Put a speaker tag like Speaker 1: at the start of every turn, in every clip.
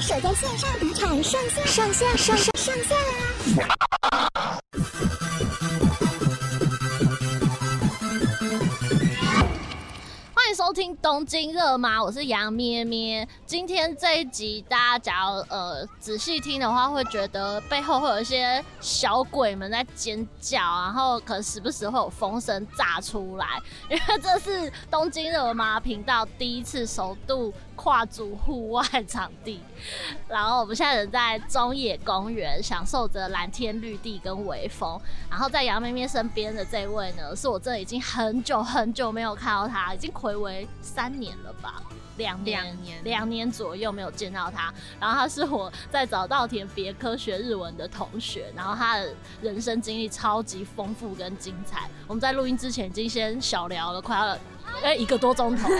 Speaker 1: 守在线上赌场上线上线上上线啦！
Speaker 2: 欢迎收听《东京热吗》，我是杨咩咩。今天这一集，大家只要呃仔细听的话，会觉得背后会有一些小鬼们在尖叫，然后可能时不时会有风声炸出来，因为这是《东京热吗》频道第一次首度跨足户外场地。然后我们现在人在中野公园，享受着蓝天绿地跟微风。然后在杨妹妹身边的这位呢，是我真的已经很久很久没有看到她，已经暌违三年了吧，两年
Speaker 3: 两年
Speaker 2: 两年左右没有见到她。然后她是我在早稻田别科学日文的同学，然后她的人生经历超级丰富跟精彩。我们在录音之前已经先小聊了快要。哎，一个多钟头 都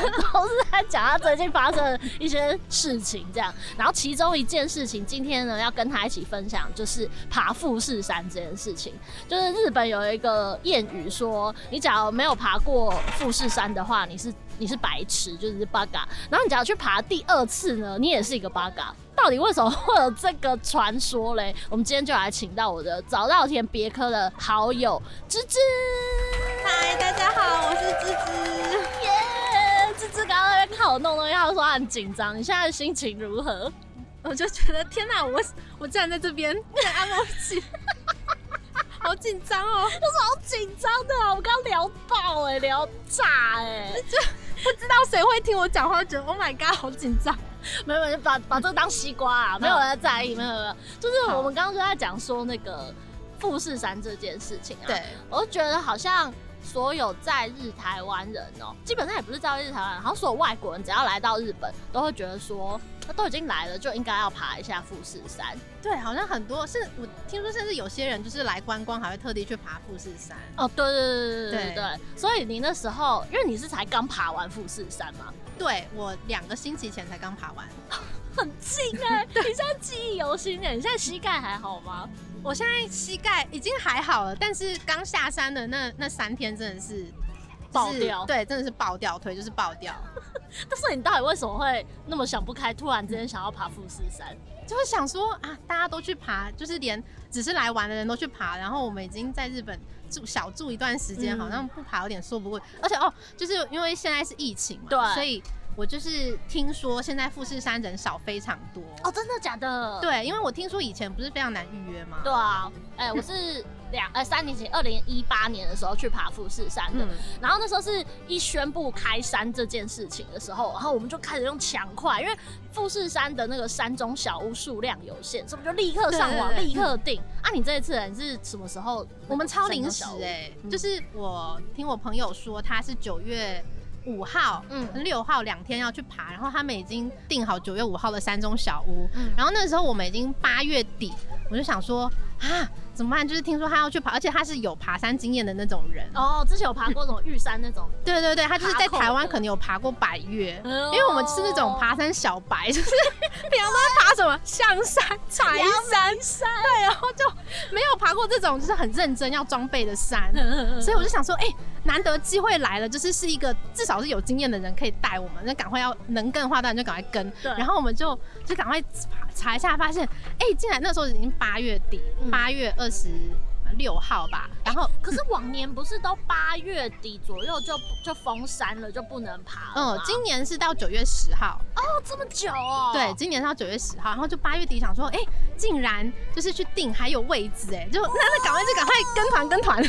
Speaker 2: 是在讲她最近发生的一些事情，这样。然后其中一件事情，今天呢要跟她一起分享，就是爬富士山这件事情。就是日本有一个谚语说，你假如没有爬过富士山的话，你是你是白痴，就是 bug。然后你假如去爬第二次呢，你也是一个 bug。到底为什么会有这个传说嘞？我们今天就来请到我的早稻田别科的好友芝芝，
Speaker 3: 嗨，大家好，我是芝芝。
Speaker 2: 耶、芝芝刚刚在看我弄东西，她说她很紧张。你现在的心情如何？
Speaker 3: 我就觉得天哪，我我站在这边 在按摩器，好紧张哦，
Speaker 2: 好紧张的啊！我刚刚聊爆哎、聊炸哎、
Speaker 3: 不知道谁会听我讲话，觉得 Oh my God，好紧张。
Speaker 2: 没有没有，把把这个当西瓜啊，没有人在意，没有没有没有，就是我们刚刚就在讲说那个富士山这件事情啊，，
Speaker 3: 对，
Speaker 2: 我就觉得好像所有在日台湾人哦、基本上也不是在日台湾人，好像所有外国人只要来到日本，都会觉得说，啊都已经来了，就应该要爬一下富士山。
Speaker 3: 对，好像很多，甚我听说，甚至有些人就是来观光，还会特地去爬富士山。
Speaker 2: 哦，对对对对对
Speaker 3: 对
Speaker 2: 对，所以你那时候，因为你是才刚爬完富士山嘛，
Speaker 3: 对我两个星期前才刚爬完，
Speaker 2: 很近哎、你现在记忆犹新哎，你现在膝盖还好吗？
Speaker 3: 我现在膝盖已经还好了，但是刚下山的那那三天真的是
Speaker 2: 爆
Speaker 3: 就是
Speaker 2: 掉
Speaker 3: 对，真的是爆掉，腿就是爆掉。
Speaker 2: 但是你到底为什么会那么想不开，突然之间想要爬富士山？
Speaker 3: 就会想说啊，大家都去爬，就是连只是来玩的人都去爬，然后我们已经在日本住小住一段时间，
Speaker 2: 嗯
Speaker 3: 好像不爬有点说不过。而且哦，就是因为现在是疫情嘛，
Speaker 2: 对
Speaker 3: 所以我就是听说现在富士山人少非常多。
Speaker 2: 哦，真的假的？
Speaker 3: 对，因为我听说以前不是非常难预约吗？
Speaker 2: 对啊，哎、我是两哎、三年前，二零一八年的时候去爬富士山的。
Speaker 3: 嗯，
Speaker 2: 然后那时候是一宣布开山这件事情的时候，然后我们就开始用抢快，因为富士山的那个山中小屋数量有限，所以我们就立刻上网
Speaker 3: 对对对
Speaker 2: 立刻订。啊，你这一次你是什么时候？
Speaker 3: 我们超临时
Speaker 2: 山中小屋
Speaker 3: 哎、
Speaker 2: 嗯
Speaker 3: 就是我听我朋友说他是九月。五号、
Speaker 2: 嗯
Speaker 3: 六号两天要去爬，然后他们已经订好九月五号的山中小屋，
Speaker 2: 嗯，
Speaker 3: 然后那时候我们已经八月底，我就想说啊，怎么办？就是听说他要去爬，而且他是有爬山经验的那种人。
Speaker 2: 哦，之前有爬过什么玉山那 种，
Speaker 3: 对对对，他就是在
Speaker 2: 爬口
Speaker 3: 台湾
Speaker 2: 的哦
Speaker 3: 可能有爬过百越，
Speaker 2: 因
Speaker 3: 因为我们是那种爬山小白， 就是平常都在爬什么象山、柴山，对，然后就没有爬过这种就是很认真要装备的山。所以我就想说，哎、难得机会来了，就是是一个至少是有经验的人可以带我们，那赶快要能跟的话，当然就赶快跟。
Speaker 2: 对
Speaker 3: 然后我们就就赶快查查一下，发现，哎、竟然那时候已经八月底
Speaker 2: 嗯，哎
Speaker 3: 八、月二十六号吧。然后，
Speaker 2: 可是往年不是都八月底左右就就封山了，就不能爬了
Speaker 3: 嗯、
Speaker 2: 吗？
Speaker 3: 今年是到九月十号，
Speaker 2: 哦这么久啊哦，
Speaker 3: 对，今年是到九月十号。然后就八月底想说，哎、竟然就是去订还有位置、哎，就那那赶快就赶快跟团跟团。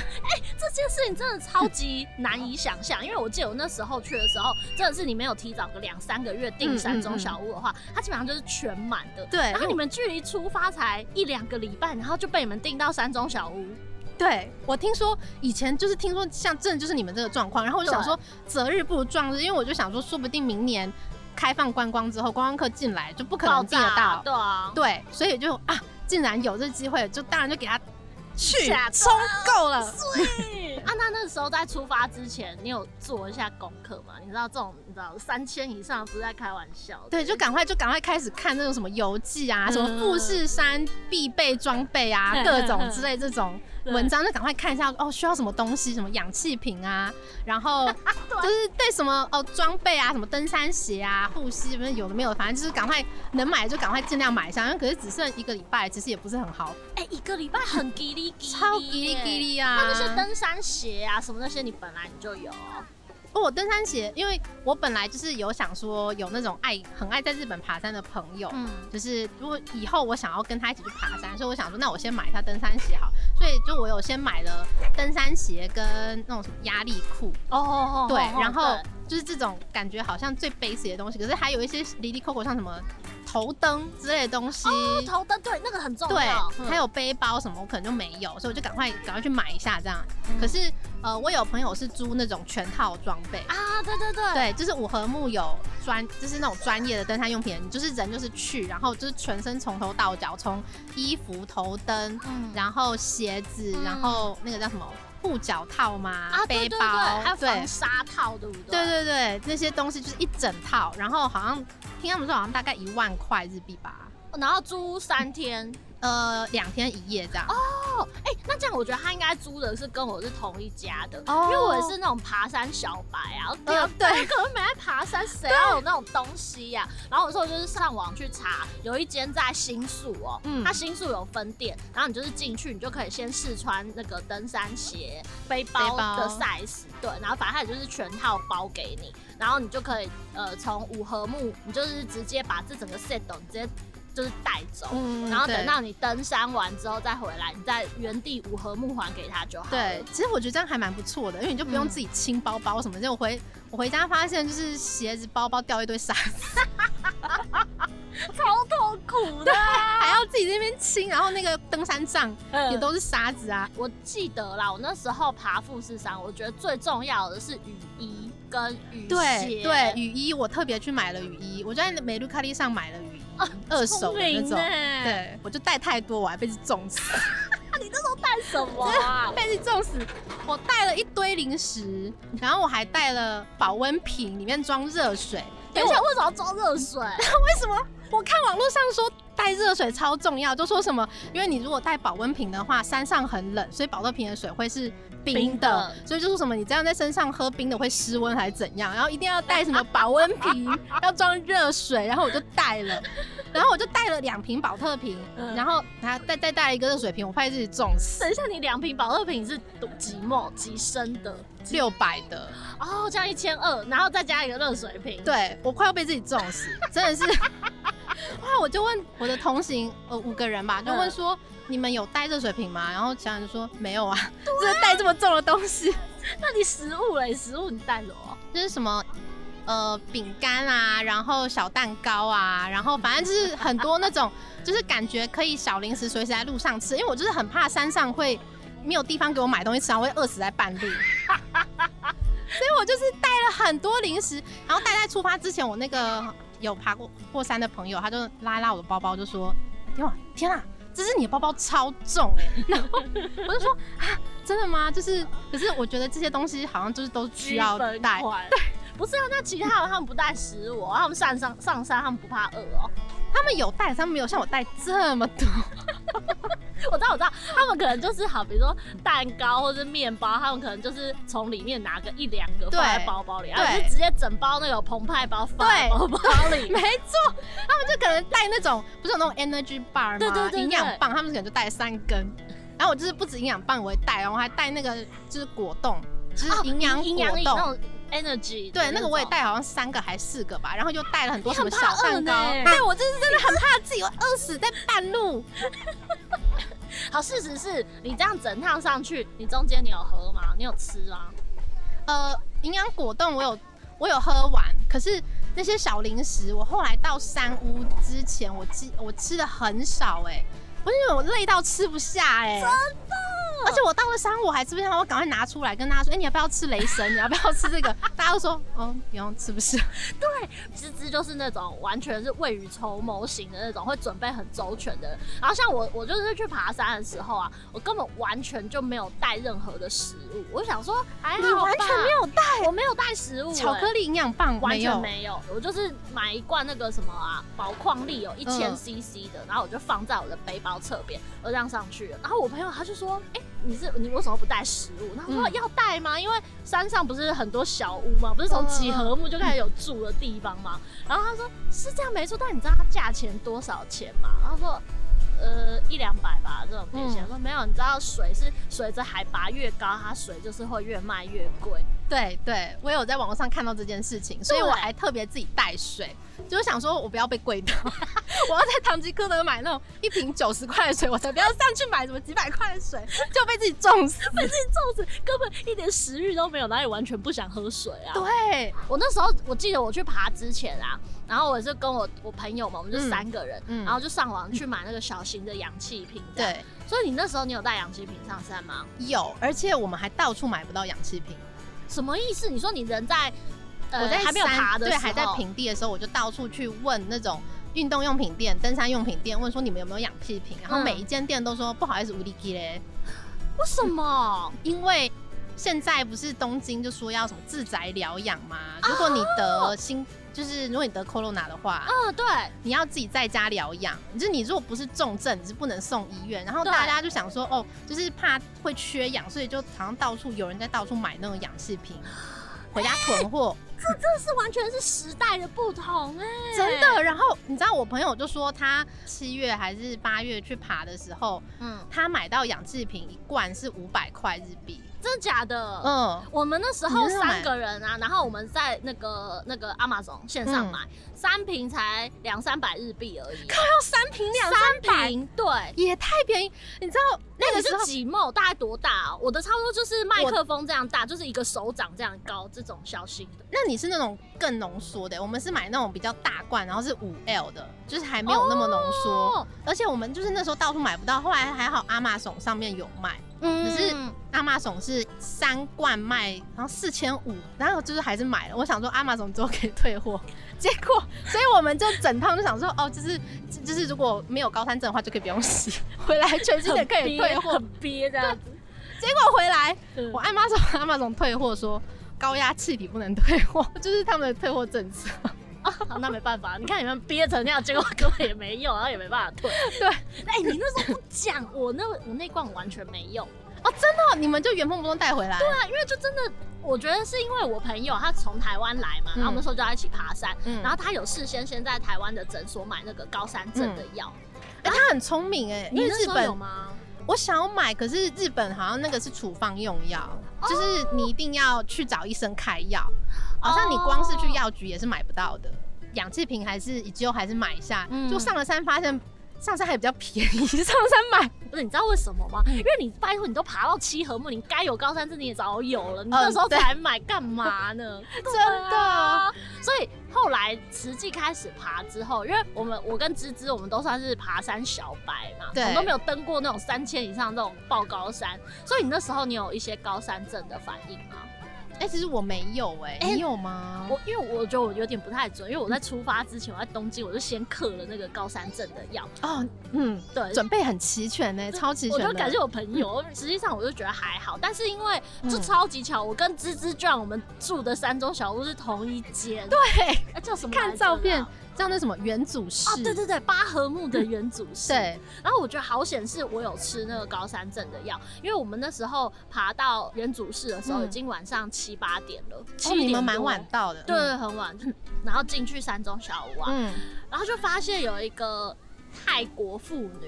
Speaker 2: 这件事情真的超级难以想象，因为我记得我那时候去的时候，真的是你没有提早个两三个月订山中小屋的话，它基本上就是全满的。
Speaker 3: 嗯对
Speaker 2: 然后你们距离出发才一两个礼拜，然后就被你们订到山中小屋，
Speaker 3: 对我听说以前就是听说像真的就是你们这个状况，然后我就想说择日不如撞日，因为我就想说说不定明年开放观光之后，观光客进来就不可能进得
Speaker 2: 爆炸
Speaker 3: 到，
Speaker 2: 对啊，
Speaker 3: 对，所以就啊，竟然有这机会，就当然就给他去
Speaker 2: 吓到
Speaker 3: 冲够了。
Speaker 2: 对。啊，那那时候在出发之前，你有做一下功课吗？你知道这种你知道三千以上不是在开玩笑的，
Speaker 3: 对，就赶快就赶快开始看那种什么游记啊，什么
Speaker 2: 嗯
Speaker 3: 富士山必备装备啊，
Speaker 2: 嗯
Speaker 3: 各种之类这种
Speaker 2: 对
Speaker 3: 文章，就赶快看一下哦，需要什么东西，什么氧气瓶啊，然后 就是对什么哦装备啊，什么登山鞋啊、护膝，不是有的没有的，反正就是赶快能买就赶快尽量买一下，因为可是只剩一个礼拜，其实也不是很好，
Speaker 2: 哎、一个礼拜很叽哩叽哩，
Speaker 3: 超叽哩叽。哩啊！
Speaker 2: 那那些登山鞋啊，什么那些你本来你就有啊，
Speaker 3: 哦，我登山鞋，因为我本来就是有想说有那种爱很爱在日本爬山的朋友，
Speaker 2: 嗯，
Speaker 3: 就是如果以后我想要跟他一起去爬山，所以我想说，那我先买一下登山鞋好。所以就我有先买了登山鞋跟那种什么压力裤，
Speaker 2: 哦哦
Speaker 3: 对，然后就是这种感觉好像最 basic 的东西，可是还有一些离离扣扣像什么头灯之类的东西。
Speaker 2: 哦头灯对那个很重
Speaker 3: 对
Speaker 2: 要，，嗯
Speaker 3: 还有背包什么，我可能就没有，所以我就赶快赶快去买一下这样。
Speaker 2: 嗯
Speaker 3: 可是呃，我有朋友是租那种全套装备，
Speaker 2: 啊，对对对，
Speaker 3: 对，就是五合木有专，就是那种专业的登山用品，你就是人就是去，然后就是全身从头到脚，从衣服、头灯，
Speaker 2: 嗯，
Speaker 3: 然后鞋子，
Speaker 2: 嗯
Speaker 3: 然后那个叫什么护脚套嘛，
Speaker 2: 啊，对
Speaker 3: 背
Speaker 2: 对对，
Speaker 3: 包，
Speaker 2: 还有
Speaker 3: 对
Speaker 2: 防沙套，对不啊对？
Speaker 3: 对对对，那些东西就是一整套，然后好像听他们说好像大概一万块日币吧，
Speaker 2: 然后租三天
Speaker 3: 呃，两天一夜这样。
Speaker 2: 哦，哎、那这样我觉得他应该租的是跟我是同一家的，
Speaker 3: 哦
Speaker 2: 因为我也是那种爬山小白啊，
Speaker 3: 呃
Speaker 2: 屌
Speaker 3: 对
Speaker 2: 我可能没在爬山，谁要有那种东西呀、然后我说我就是上网去查，有一间在新宿哦，
Speaker 3: 嗯
Speaker 2: 它新宿有分店，然后你就是进去，你就可以先试穿那个登山鞋、背包
Speaker 3: 背包
Speaker 2: 的 size，对，然后反正它也就是全套包给你，然后你就可以呃从五合目，你就是直接把这整个 set 哦你直接就是带走，
Speaker 3: 嗯
Speaker 2: 然后等
Speaker 3: 对
Speaker 2: 到你登山完之后再回来，你在原地五合木还给他就好了。
Speaker 3: 对，其实我觉得这样还蛮不错的，因为你就不用
Speaker 2: 嗯
Speaker 3: 自己清包包什么的。我回我回家发现，就是鞋子、包包掉一堆沙子，
Speaker 2: 超痛苦的。
Speaker 3: 还要自己在那边清，然后那个登山杖也
Speaker 2: 也都
Speaker 3: 都是沙子啊。
Speaker 2: 嗯我记得啦，我那时候爬富士山，我觉得最重要的是雨衣跟雨鞋。
Speaker 3: 对对，雨衣我特别去买了雨衣，我就在美露卡利上买了雨衣，二手的那
Speaker 2: 哦聪明
Speaker 3: 种。
Speaker 2: 欸
Speaker 3: 对，我就带太多，我还被重死，
Speaker 2: 啊带什么 啊？
Speaker 3: 被重死。我带了一堆零食，然后我还带了保温瓶，里面装热水。
Speaker 2: 等一下，为什么要装热水？
Speaker 3: 为什么？我看网络上说带热水超重要，就说什么，因为你如果带保温瓶的话，山上很冷，所以保温瓶的水会是冰的，
Speaker 2: 冰的
Speaker 3: 所以就说什么你这样在身上喝冰的会失温还是怎样，然后一定要带什么保温瓶，要装热水，然后我就带了，然后我就带了两瓶保特瓶，
Speaker 2: 嗯
Speaker 3: 然后还再再带了一个热水瓶，我怕自己中死
Speaker 2: 等，一下，你两瓶保乐瓶是几沫几升的？
Speaker 3: 六百的，
Speaker 2: 哦，这样一千二，然后再加一个热水瓶。，
Speaker 3: 对我快要被自己撞死，真的是。 哇！我就问我的同行，呃，五个人吧，就问说、你们有带热水瓶吗？然后其他人就说没有啊，就是带这么重的东西，
Speaker 2: 那你食物嘞？食物你带什么？
Speaker 3: 就是什么呃饼干啊，然后小蛋糕啊，然后反正就是很多那种， 就是感觉可以小零食随时在路上吃，因为我就是很怕山上会没有地方给我买东西吃，然后会饿死在半路。所以我就是带了很多零食，然后带在出发之前，我那个有爬过过山的朋友，他就拉一拉我的包包，就说：“天啊，天啊，这是你的包包超重哎、欸！”然后我就说：“啊，真的吗？就是，可是我觉得这些东西好像就是都需要
Speaker 2: 基本
Speaker 3: 带，
Speaker 2: 款。不是啊，那其他人他们不带食物哦，他们上山上山他们不怕饿哦。
Speaker 3: 他们有带，他们没有像我带这么多。
Speaker 2: 我知道，我知道，他们可能就是好，比如说蛋糕或者面包，他们可能就是从里面拿个一两个
Speaker 3: 对
Speaker 2: 放在包包里，然
Speaker 3: 对
Speaker 2: 后就直接整包那个澎湃包放在包包 里。
Speaker 3: 没错，他们就可能带那种不是有那种 energy bar 吗？
Speaker 2: 对对对对
Speaker 3: 营养棒，他们可能就带三根。然后我就是不止营养棒我会带，然后还带那个就是果冻，就是营养
Speaker 2: 哦营
Speaker 3: 果
Speaker 2: 养饮
Speaker 3: 冻。
Speaker 2: 那种 energy，
Speaker 3: 对，那个我也
Speaker 2: 带。
Speaker 3: 带，好像三个还四个吧，然后又带了很多
Speaker 2: 你
Speaker 3: 什
Speaker 2: 很
Speaker 3: 么小
Speaker 2: 怕饿
Speaker 3: 蛋糕。
Speaker 2: 呢
Speaker 3: 对，我就是真的很怕自己会饿死在半路。
Speaker 2: 好，事实是你这样整趟上去，你中间你有喝吗？你有吃吗？
Speaker 3: 呃，营养果冻我有我有喝完，可是那些小零食，我后来到山屋之前，我吃我吃的很少哎、我因为我累到吃不下哎、真的。而且我到了山屋，我还吃不下，我赶快拿出来跟大家说，哎、你要不要吃雷神？你要不要吃这个？ 大家都说，哦，不用，吃不下。
Speaker 2: 芝芝就是那种完全是未雨绸缪型的那种，会准备很周全的人。然后像我，我就是去爬山的时候啊，我根本完全就没有带任何的食物。我想说，还好吧
Speaker 3: 有带
Speaker 2: 我没有带食物、
Speaker 3: 巧克
Speaker 2: 力。
Speaker 3: 力营养棒，
Speaker 2: 完全没
Speaker 3: 没有。
Speaker 2: 有，我就是买一罐那个什么啊，宝矿力有一千
Speaker 3: 嗯
Speaker 2: CC 的，然后我就放在我的背包侧边，我这样上去了。然后我朋友他就说：“哎、你是你为什么不带食物？”然后说：“
Speaker 3: 嗯
Speaker 2: 要带吗？因为山上不是很多小屋嘛，不是
Speaker 3: 嗯
Speaker 2: 从几何木就开始有住的地方嘛。”然后他说：“是这样没错，但你知道它价钱多少钱吗？”然后说。呃，一两百吧，这种赔钱、
Speaker 3: 嗯
Speaker 2: 说没有，你知道水是随着海拔越高，它水就是会越卖越贵。
Speaker 3: 对对，我有在网络上看到这件事情，所以
Speaker 2: 对
Speaker 3: 我还特别自己带水，就是想说我不要被贵到， 我要在唐吉诃德买那种一瓶九十块的水，我才不要上去买什么几百块的水，就被自己重死。
Speaker 2: 粽子根本一点食欲都没有，哪里完全不想喝水啊？
Speaker 3: 对，
Speaker 2: 我那时候我记得我去爬之前啊，然后我是跟我我朋友嘛，我们就
Speaker 3: 嗯
Speaker 2: 三个人，
Speaker 3: 嗯
Speaker 2: 然后就上网去买那个小型的氧气瓶。，
Speaker 3: 对，
Speaker 2: 所以你那时候你有带氧气瓶上山吗？
Speaker 3: 有，而且我们还到处买不到氧气瓶。
Speaker 2: 什么意思？你说你人在呃
Speaker 3: 我在
Speaker 2: 还没有
Speaker 3: 山
Speaker 2: 爬的时
Speaker 3: 对，
Speaker 2: 候，
Speaker 3: 还在平地的时候，我就到处去问那种运动用品店、登山用品店，问说你们有没有氧气瓶，然后
Speaker 2: 嗯
Speaker 3: 每一间店都说、不好意思，无力基嘞，
Speaker 2: 为什么？
Speaker 3: 因为。现在不是东京就说要什么自宅疗养吗？如果你得新，就是如果你得 corona 的话，
Speaker 2: 嗯，对，
Speaker 3: 你要自己在家疗养。就是你如果不是重症，你是不能送医院。然后
Speaker 2: 对
Speaker 3: 大家就想说，哦，就是怕会缺氧，所以就好像到处有人在到处买那种氧气 瓶，回家囤货。
Speaker 2: 这是完全是时代的不同哎、
Speaker 3: 真，的。然后你知道我朋友就说，他七月还是八月去爬的时候，
Speaker 2: 嗯，
Speaker 3: 他买到氧气瓶一罐是五百块日币。
Speaker 2: 真的假的？
Speaker 3: 嗯，
Speaker 2: 我们那时候
Speaker 3: 你是
Speaker 2: 三
Speaker 3: 买
Speaker 2: 个人啊，然后我们在那个那个 Amazon 线上买，三瓶才两三百日币而已。
Speaker 3: 嗯要三瓶
Speaker 2: 三瓶，对。
Speaker 3: 也太便宜。你知道
Speaker 2: 那你
Speaker 3: 那个时
Speaker 2: 是
Speaker 3: 候，
Speaker 2: 几帽？大概多大、啊？我的差不多就是麦克风这样大，就是一个手掌这样高，这种小型的。
Speaker 3: 那你是那种更浓缩的，我们是买那种比较大罐，然后是五 L 的，就是还没有那么浓缩。
Speaker 2: 哦，
Speaker 3: 而且我们就是那时候到处买不到，后来还好阿玛总上面有卖。
Speaker 2: 嗯
Speaker 3: 可是阿玛总是三罐卖，然后四千五，然后就是还是买了。我想说阿玛总之后可以退货， 结果，所以我们就整趟就想说，哦，就是就就是如果没有高山症的话，就可以不用洗， 回来全新的可以退货。
Speaker 2: 很憋这样子。
Speaker 3: 结果回来，
Speaker 2: 嗯
Speaker 3: 我阿玛总阿玛总退货说。高压气体不能退货， 就是他们的退货政策。
Speaker 2: 好那没办法，你看你们憋成那样，结果根本也没用，然后也没办法退。
Speaker 3: 对，
Speaker 2: 哎、你那时候不讲，我那我那罐完全没用。
Speaker 3: 那哦你们就原封不动带回来。对、
Speaker 2: 啊因为就真的，我觉得是因为我朋友他从台湾来嘛，
Speaker 3: 嗯
Speaker 2: 然后我们那时候就要一起爬山，
Speaker 3: 嗯
Speaker 2: 然后他有事先先在台湾的诊所买那个高山症的药。
Speaker 3: 哎、他很聪明哎、因
Speaker 2: 你
Speaker 3: 为
Speaker 2: 那
Speaker 3: 日
Speaker 2: 时候有
Speaker 3: 本
Speaker 2: 吗？
Speaker 3: 我想要买，可是日本好像那个是处方用药，
Speaker 2: 哦
Speaker 3: 就是你一定要去找医生开药，好像你光是去药局也是买不到的。氧气瓶还是只有还是买一下，
Speaker 2: 嗯
Speaker 3: 就上了山发现上山还比较便 宜，上山买
Speaker 2: 不是，你知道为什么
Speaker 3: 嗯
Speaker 2: 吗？因为你拜托你都爬到七合目，你该有高山症你也早有了，你那时候才买干嘛呢？
Speaker 3: 哦 真
Speaker 2: 对
Speaker 3: 的。
Speaker 2: 啊，所以后来实际开始爬之后，因为我们我跟芝芝我们都算是爬山小白嘛，
Speaker 3: 对
Speaker 2: 我们都没有登过那种三千以上这种爆高山，所以你那时候你有一些高山症的反应吗？
Speaker 3: 哎、其实我没有哎、
Speaker 2: 哎
Speaker 3: 你有吗？
Speaker 2: 我因为我觉得我有点不太准，因为我在出发之前我在东京我就先嗑了那个高山症的药，
Speaker 3: 哦，嗯，
Speaker 2: 对，
Speaker 3: 准备很齐全呢、超齐
Speaker 2: 呃我
Speaker 3: 全的。
Speaker 2: 就感谢我朋友，实际上我就觉得还好，但是因为就
Speaker 3: 嗯
Speaker 2: 超级巧，我跟芝芝转我们住的山中小屋是同一间，对，
Speaker 3: 对，
Speaker 2: 叫什么来着啊？
Speaker 3: 看照片，叫那什么原祖室、
Speaker 2: 哦，对对对，八合木的原祖室。
Speaker 3: 对
Speaker 2: 然后我觉得好险是我有吃那个高山症的药，因为我们那时候爬到原祖室的时候
Speaker 3: 嗯
Speaker 2: 已经晚上七八点了，七
Speaker 3: 哦，
Speaker 2: 点
Speaker 3: 你们
Speaker 2: 多
Speaker 3: 蛮晚，到的。
Speaker 2: 对，对很晚。然后进去山中小屋啊，
Speaker 3: 嗯，
Speaker 2: 然后就发现有一个泰国妇女，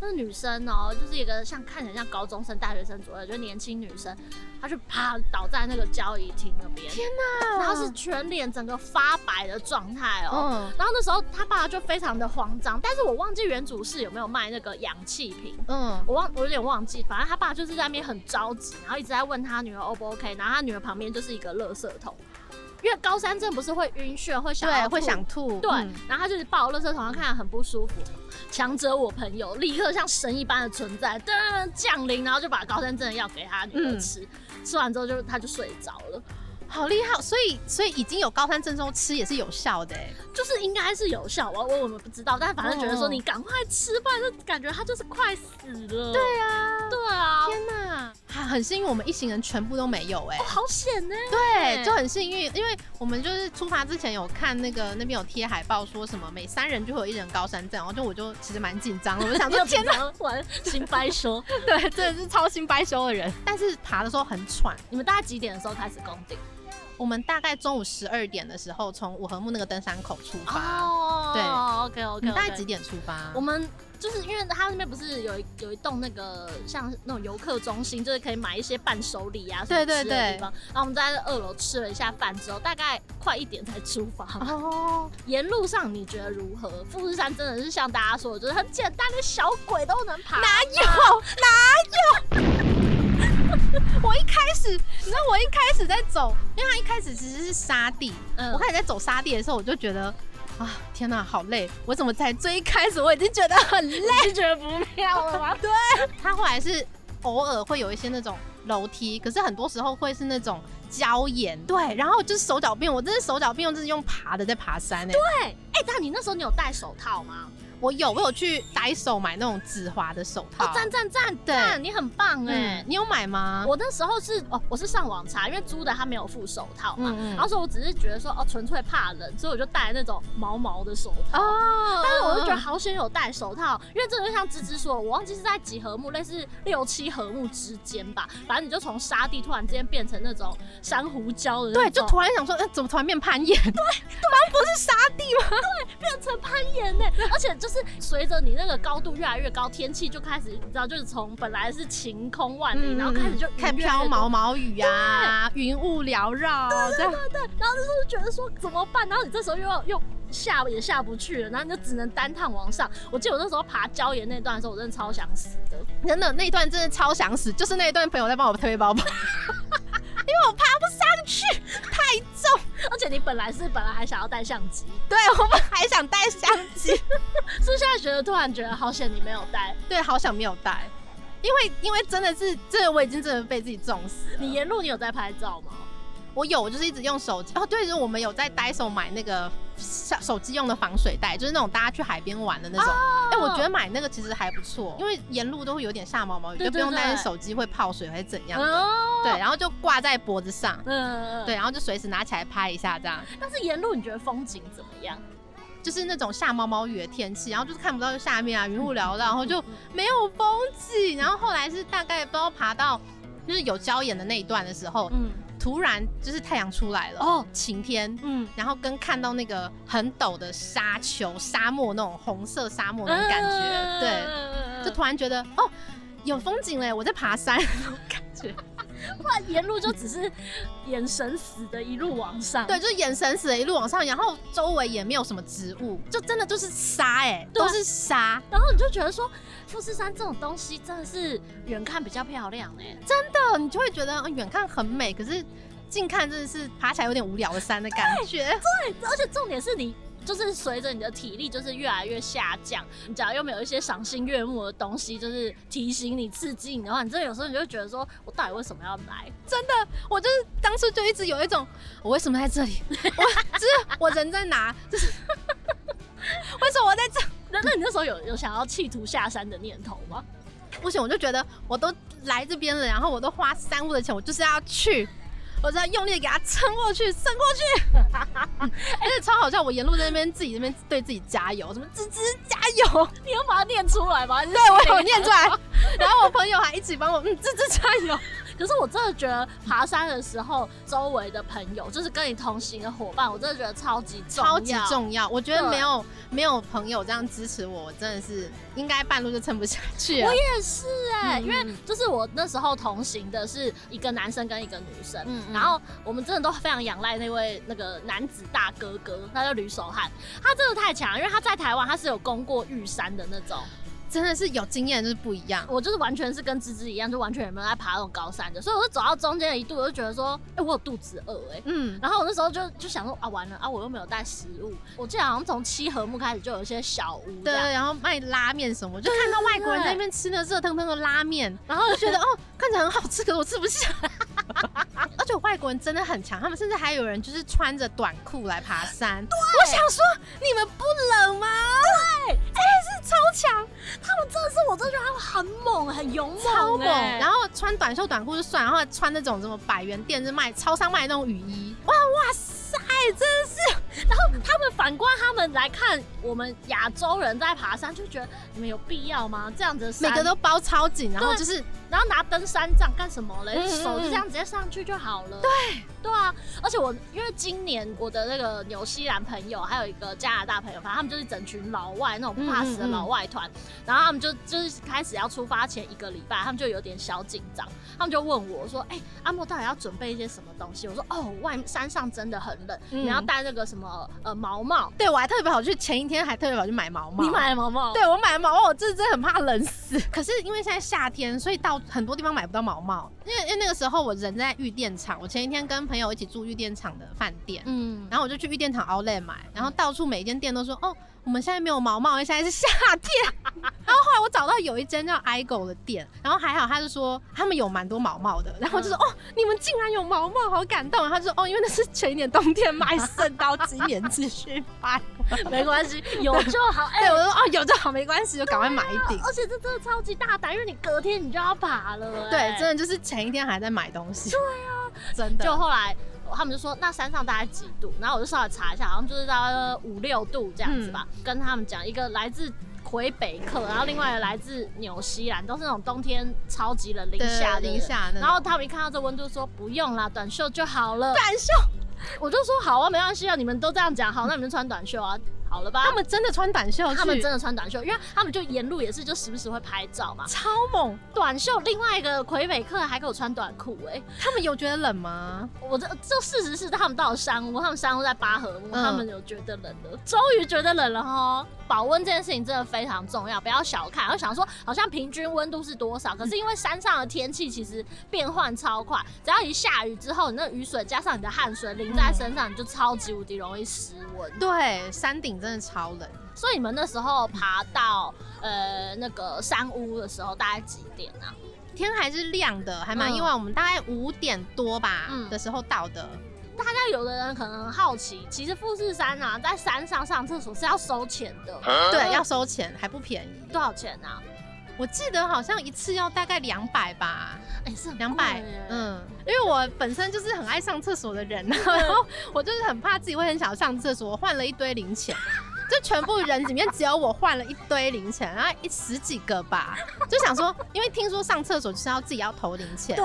Speaker 2: 那女生哦、就是一个像看起来像高中生、大学生左右，就年轻女生，她就啪倒在那个交易厅那边，
Speaker 3: 天哪，
Speaker 2: 然后是全脸整个发白的状态哦。
Speaker 3: 嗯
Speaker 2: 然后那时候他爸就非常的慌张，但是我忘记原主室有没有卖那个氧气瓶，
Speaker 3: 嗯。
Speaker 2: 我忘我有点忘记，反正他爸就是在那边很着急，然后一直在问他女儿 O 不 OK，然后他女儿旁边就是一个垃圾桶，因为高山症不是会晕眩，会想要
Speaker 3: 对，会
Speaker 2: 吐
Speaker 3: 想吐。
Speaker 2: 对
Speaker 3: 嗯，
Speaker 2: 然后他就是抱垃圾桶，他看起来很不舒服。强者我朋友立刻像神一般的存在，噔降临，然后就把高山症的药给他女儿吃，
Speaker 3: 嗯
Speaker 2: 吃完之后就他就睡着了，
Speaker 3: 好厉害！所以，所以已经有高山症之后吃也是有效的欸。
Speaker 2: 就是应该是有效，我我我们不知道，但反正觉得说
Speaker 3: 哦
Speaker 2: 你赶快吃，不然就感觉他就是快死了。对啊，对啊，
Speaker 3: 天哪！还很幸运，我们一行人全部都没有哎、
Speaker 2: 好险呢、
Speaker 3: 对，就很幸运，因为我们就是出发之前有看那个那边有贴海报，说什么每三人就会有一人高山症，然后就我就其实蛮紧张的，我 就想
Speaker 2: 你
Speaker 3: 说
Speaker 2: 有
Speaker 3: 天
Speaker 2: 天
Speaker 3: 哪，
Speaker 2: 哪，玩行掰说，
Speaker 3: 对，真的是超心掰修的人。但是爬的时候很喘，
Speaker 2: 你们大概几点的时候开始攻顶？
Speaker 3: 我们大概中午十二点的时候从五合目那个登山口出发，
Speaker 2: 哦，对，OK
Speaker 3: 你
Speaker 2: OK，
Speaker 3: 大概几？点出发？
Speaker 2: 我们就是因为他那边不是有一有一栋那个像那种游客中心，就是可以买一些伴手礼啊，什么
Speaker 3: 对对
Speaker 2: 吃的地
Speaker 3: 对
Speaker 2: 方。然后我们在二楼吃了一下饭之后，大概快一点才出发。
Speaker 3: 哦，
Speaker 2: 沿路上你觉得如何？富士山真的是像大家说的，就是很简单，连小鬼都能爬。哪有？
Speaker 3: 我一开始，你知道我一开始在走，因为它一开始其实是沙地，
Speaker 2: 嗯
Speaker 3: 我开始在走沙地的时候，我就觉得啊，天哪，好累！我怎么才最一开始我已经觉得很累？
Speaker 2: 是觉得不妙了吗？
Speaker 3: 它后来是偶尔会有一些那种楼梯，可是很多时候会是那种礁岩，对，然后就是手脚并用，我真是手脚并用，真是用爬的在爬山哎、
Speaker 2: 对，哎、但你那时候你有戴手套吗？
Speaker 3: 我有，我有去 Daiso 买那种止滑的手套。
Speaker 2: 哦，赞赞赞，
Speaker 3: 对
Speaker 2: 赞，你很棒哎、
Speaker 3: 嗯，你有买吗？
Speaker 2: 我那时候是哦，我是上网查，因为租的他没有附手套嘛，
Speaker 3: 嗯嗯
Speaker 2: 然后所以我只是觉得说哦，纯粹怕冷，所以我就戴那种毛毛的手套。
Speaker 3: 哦，
Speaker 2: 但是我就觉得好险有戴手套，因为这就像芝芝说的，我忘记是在几合目，类似六七合目之间吧。反正你就从沙地突然之间变成那种珊瑚礁的那种，
Speaker 3: 对，就突然想说，哎、怎么突然变攀岩？对，它不是沙地吗？
Speaker 2: 变成攀岩呢、而且就是随着你那个高度越来越高，天气就开始，你知道，就是从本来是晴空万里，然后开始就
Speaker 3: 看
Speaker 2: 云越来
Speaker 3: 嗯飘
Speaker 2: 越多
Speaker 3: 毛毛雨啊，云雾缭绕，这样
Speaker 2: 然后就是觉得说怎么办，然后你这时候又要又下也下不去了，然后你就只能单趟往上。我记得我那时候爬礁岩那段的时候，我真的超想死的。
Speaker 3: 真的那一段真的超想死，就是那一段朋友在帮我推包包，因为我爬不上去，太重。
Speaker 2: 而且你本来是本来还想要带相机，
Speaker 3: 对我们还想带相机，
Speaker 2: 是不是现在觉得突然觉得好险你没有带，
Speaker 3: 对，好想没有带，因为因为真的是，真的我已经真的被自己重死了。
Speaker 2: 你沿路你有在拍照吗？
Speaker 3: 我有，我就是一直用手机。哦，对，就是我们有在 Daiso 买那个手手机用的防水袋，就是那种大家去海边玩的那种。
Speaker 2: 哦
Speaker 3: 哎、我觉得买那个其实还不错，因为沿路都会有点下毛毛雨，
Speaker 2: 对
Speaker 3: 就不用
Speaker 2: 对对
Speaker 3: 担心手机会泡水还是怎样的。
Speaker 2: 哦，
Speaker 3: 对，然后就挂在脖子上，
Speaker 2: 嗯，
Speaker 3: 对，。然后就随时拿起来拍一下，这样
Speaker 2: 但是沿路你觉得风景怎么样？
Speaker 3: 就是那种下毛毛雨的天气，然后就是看不到下面啊，云雾
Speaker 2: 嗯
Speaker 3: 缭绕，然后就没有风景。然后后来是大概不知道爬到就是有礁岩的那一段的时候，
Speaker 2: 嗯
Speaker 3: 突然就是太阳出来了，
Speaker 2: 哦，
Speaker 3: 晴天，
Speaker 2: 嗯，
Speaker 3: 然后跟看到那个很陡的沙丘、沙漠那种红色沙漠那种感觉，
Speaker 2: 对
Speaker 3: 对，就突然觉得哦，有风景嘞，我在爬山，
Speaker 2: 突然沿路就只是眼神死的一路往上，
Speaker 3: 对，就是眼神死了，一路往上，然后周围也没有什么植物，就真的就是沙哎，
Speaker 2: 对
Speaker 3: 都是沙，
Speaker 2: 然后你就觉得说，富士山这种东西真的是远看比较漂亮哎、
Speaker 3: 的，你就会觉得嗯远看很美，可是近看真的是爬起来有点无聊的山的感 觉，
Speaker 2: 而且重点是你。就是随着你的体力就是越来越下降，你假如又没有一些赏心悦目的东西，就是提醒你、刺激你的话，你真的有时候你就会觉得说，我到底为什么要来？
Speaker 3: 我就是当初就一直有一种我为什么在这里，我 就是我人在哪，就是 为什么我在这。
Speaker 2: 那那你那时候有有想要企图下山的念头吗？
Speaker 3: 不行，我就觉得我都来这边了，然后我都花三五的钱，我就是要去，我就要用力地给它撑过去，撑过去。 而且超好笑，我沿路在那边自己那边对自己加油，什么芝芝加油，
Speaker 2: 你有把它念出来吗？对
Speaker 3: 对我有念出来。 然后我朋友还一起帮我，嗯，芝芝加油。
Speaker 2: 可是我真的觉得爬山的时候，周围的朋友，就是跟你同行的伙伴，我真的觉得超级重要
Speaker 3: 超级重要，我觉得
Speaker 2: 对
Speaker 3: 没有没有朋友这样支持我，我真的是应该半路就撑不下去了
Speaker 2: 我。也是哎、
Speaker 3: 嗯
Speaker 2: 因为就是我那时候同行的是一个男生跟一个女生，
Speaker 3: 嗯嗯
Speaker 2: 然后我们真的都非常仰赖那位那个男子大哥哥，他叫吕守汉，他真的太强了，因为他在台湾他是有攻过玉山的那种，
Speaker 3: 真的是有经验就是不一样。
Speaker 2: 我就是完全是跟芝芝一样，就完全也没有在爬那种高山的，所以我就走到中间的一度，我就觉得说，哎、我有肚子饿哎、
Speaker 3: 嗯，
Speaker 2: 然后我那时候就就想说啊完了啊我又没有带食物，我记得好像从七合目开始就有一些小屋这
Speaker 3: 对，
Speaker 2: 样，
Speaker 3: 然后卖拉面什么，我就看到外国人在那边吃那热腾腾的拉面，
Speaker 2: 然后
Speaker 3: 我觉得哦，看起来很好吃，可是我吃不下。而且外国人真的很强，他们甚至还有人就是穿着短裤来爬山。我想说，你们不冷吗？
Speaker 2: 他们真的是我真的觉得他们很猛哎、很勇猛、欸，
Speaker 3: 超猛！然后穿短袖短裤就算，然后还穿那种什么百元店就卖超商卖那种雨衣，哇哇塞，真是
Speaker 2: 然后他们反观他们来看我们亚洲人在爬山，就觉得你们有必要吗？这样子的山
Speaker 3: 每个都包超紧，然后
Speaker 2: 对
Speaker 3: 就是
Speaker 2: 然后拿登山杖干什么嘞？
Speaker 3: 嗯嗯嗯
Speaker 2: 手就这样直接上去就好了。对对啊，而且我因为今年我的那个纽西兰朋友，还有一个加拿大朋友，反正他们就是一整群老外那种
Speaker 3: 嗯嗯
Speaker 2: 怕死的老外团，然后他们就就是开始要出发前一个礼拜，他们就有点小紧张，他们就问我说：“哎、阿莫到底要准备一些什么东西？”我说：“哦，外山上真的很冷，
Speaker 3: 嗯
Speaker 2: 你要带那个什么呃毛毛。”
Speaker 3: 对我还特别跑去前一天还特别跑去买毛毛，
Speaker 2: 你买了毛毛？
Speaker 3: 对我买毛毛，我真的真的很怕冷死。可是因为现在夏天，所以到很多地方买不到毛毛。因为因为那个时候我人在玉电厂，我前一天跟朋友一起住玉电厂的饭店，
Speaker 2: 嗯，
Speaker 3: 然后我就去玉电厂 Outlet 买，然后到处每一间店都说哦。我们现在没有毛毛，因为现在是夏天。 然后后来我找到有一间叫 iGo 的店，然后还好，他就说他们有蛮多毛毛的。然后我
Speaker 2: 嗯
Speaker 3: 就说、哦，你们竟然有毛毛，好感动。然后他就说哦，因为那是前一年冬天买，剩到今年继续买。
Speaker 2: 没关系，有就好。哎、
Speaker 3: 对，我就说哦，有就好，没关系，就赶快买一顶。
Speaker 2: 而且这真的超级大胆，因为你隔天你就要爬了、哎
Speaker 3: 对，真的就是前一天还在买东西。对啊，真的。
Speaker 2: 就后来他们就说，那山上大概几度？然后我就稍微查一下，好像就是大概五六度这样子吧。
Speaker 3: 嗯
Speaker 2: 跟他们讲，一个来自魁北克，然后另外一个来自纽西兰，都是那种冬天超级冷，零
Speaker 3: 对
Speaker 2: 下的
Speaker 3: 零。下那种，
Speaker 2: 然后他们一看到这温度，说不用啦，短袖就好了。
Speaker 3: 短袖，
Speaker 2: 我就说好啊，没关系啊，你们都这样讲，好，那你们穿短袖啊，好了吧？
Speaker 3: 他们真的穿短袖去，
Speaker 2: 他们真的穿短袖，因为他们就沿路也是就时不时会拍照嘛。
Speaker 3: 超猛。
Speaker 2: 短袖，另外一个魁北克还给我穿短裤、哎，
Speaker 3: 他们有觉得冷吗？
Speaker 2: 我这这事实是他们到了山屋，他们山屋在巴河屋，
Speaker 3: 嗯
Speaker 2: 他们有觉得冷了，终于觉得冷了哈。保温这件事情真的非常重要，不要小看。我想说，好像平均温度是多少？可是因为山上的天气其实变换超快，只要一下雨之后，你那雨水加上你的汗水淋在身上，你就超级无敌容易失温。
Speaker 3: 对，山顶真的超冷。
Speaker 2: 所以你们那时候爬到呃那个山屋的时候，大概几点啊？
Speaker 3: 天还是亮的，还蛮
Speaker 2: 嗯
Speaker 3: 意外。我们大概五点多吧
Speaker 2: 嗯
Speaker 3: 的时候到的，
Speaker 2: 大家有的人可能很好奇，其实富士山啊，在山上上厕所是要收钱的。
Speaker 3: 对，要收钱，还不便宜。
Speaker 2: 多少钱啊？
Speaker 3: 我记得好像一次要大概两百吧，
Speaker 2: 哎、是很
Speaker 3: 两
Speaker 2: 贵
Speaker 3: 百
Speaker 2: 耶，
Speaker 3: 嗯，因为我本身就是很爱上厕所的人，然后我就是很怕自己会很想上厕所，我换了一堆零钱， 就全部人里面只有我换了一堆零钱，然后一十几个吧，就想说，因为听说上厕所就是要自己要投零钱
Speaker 2: 对，，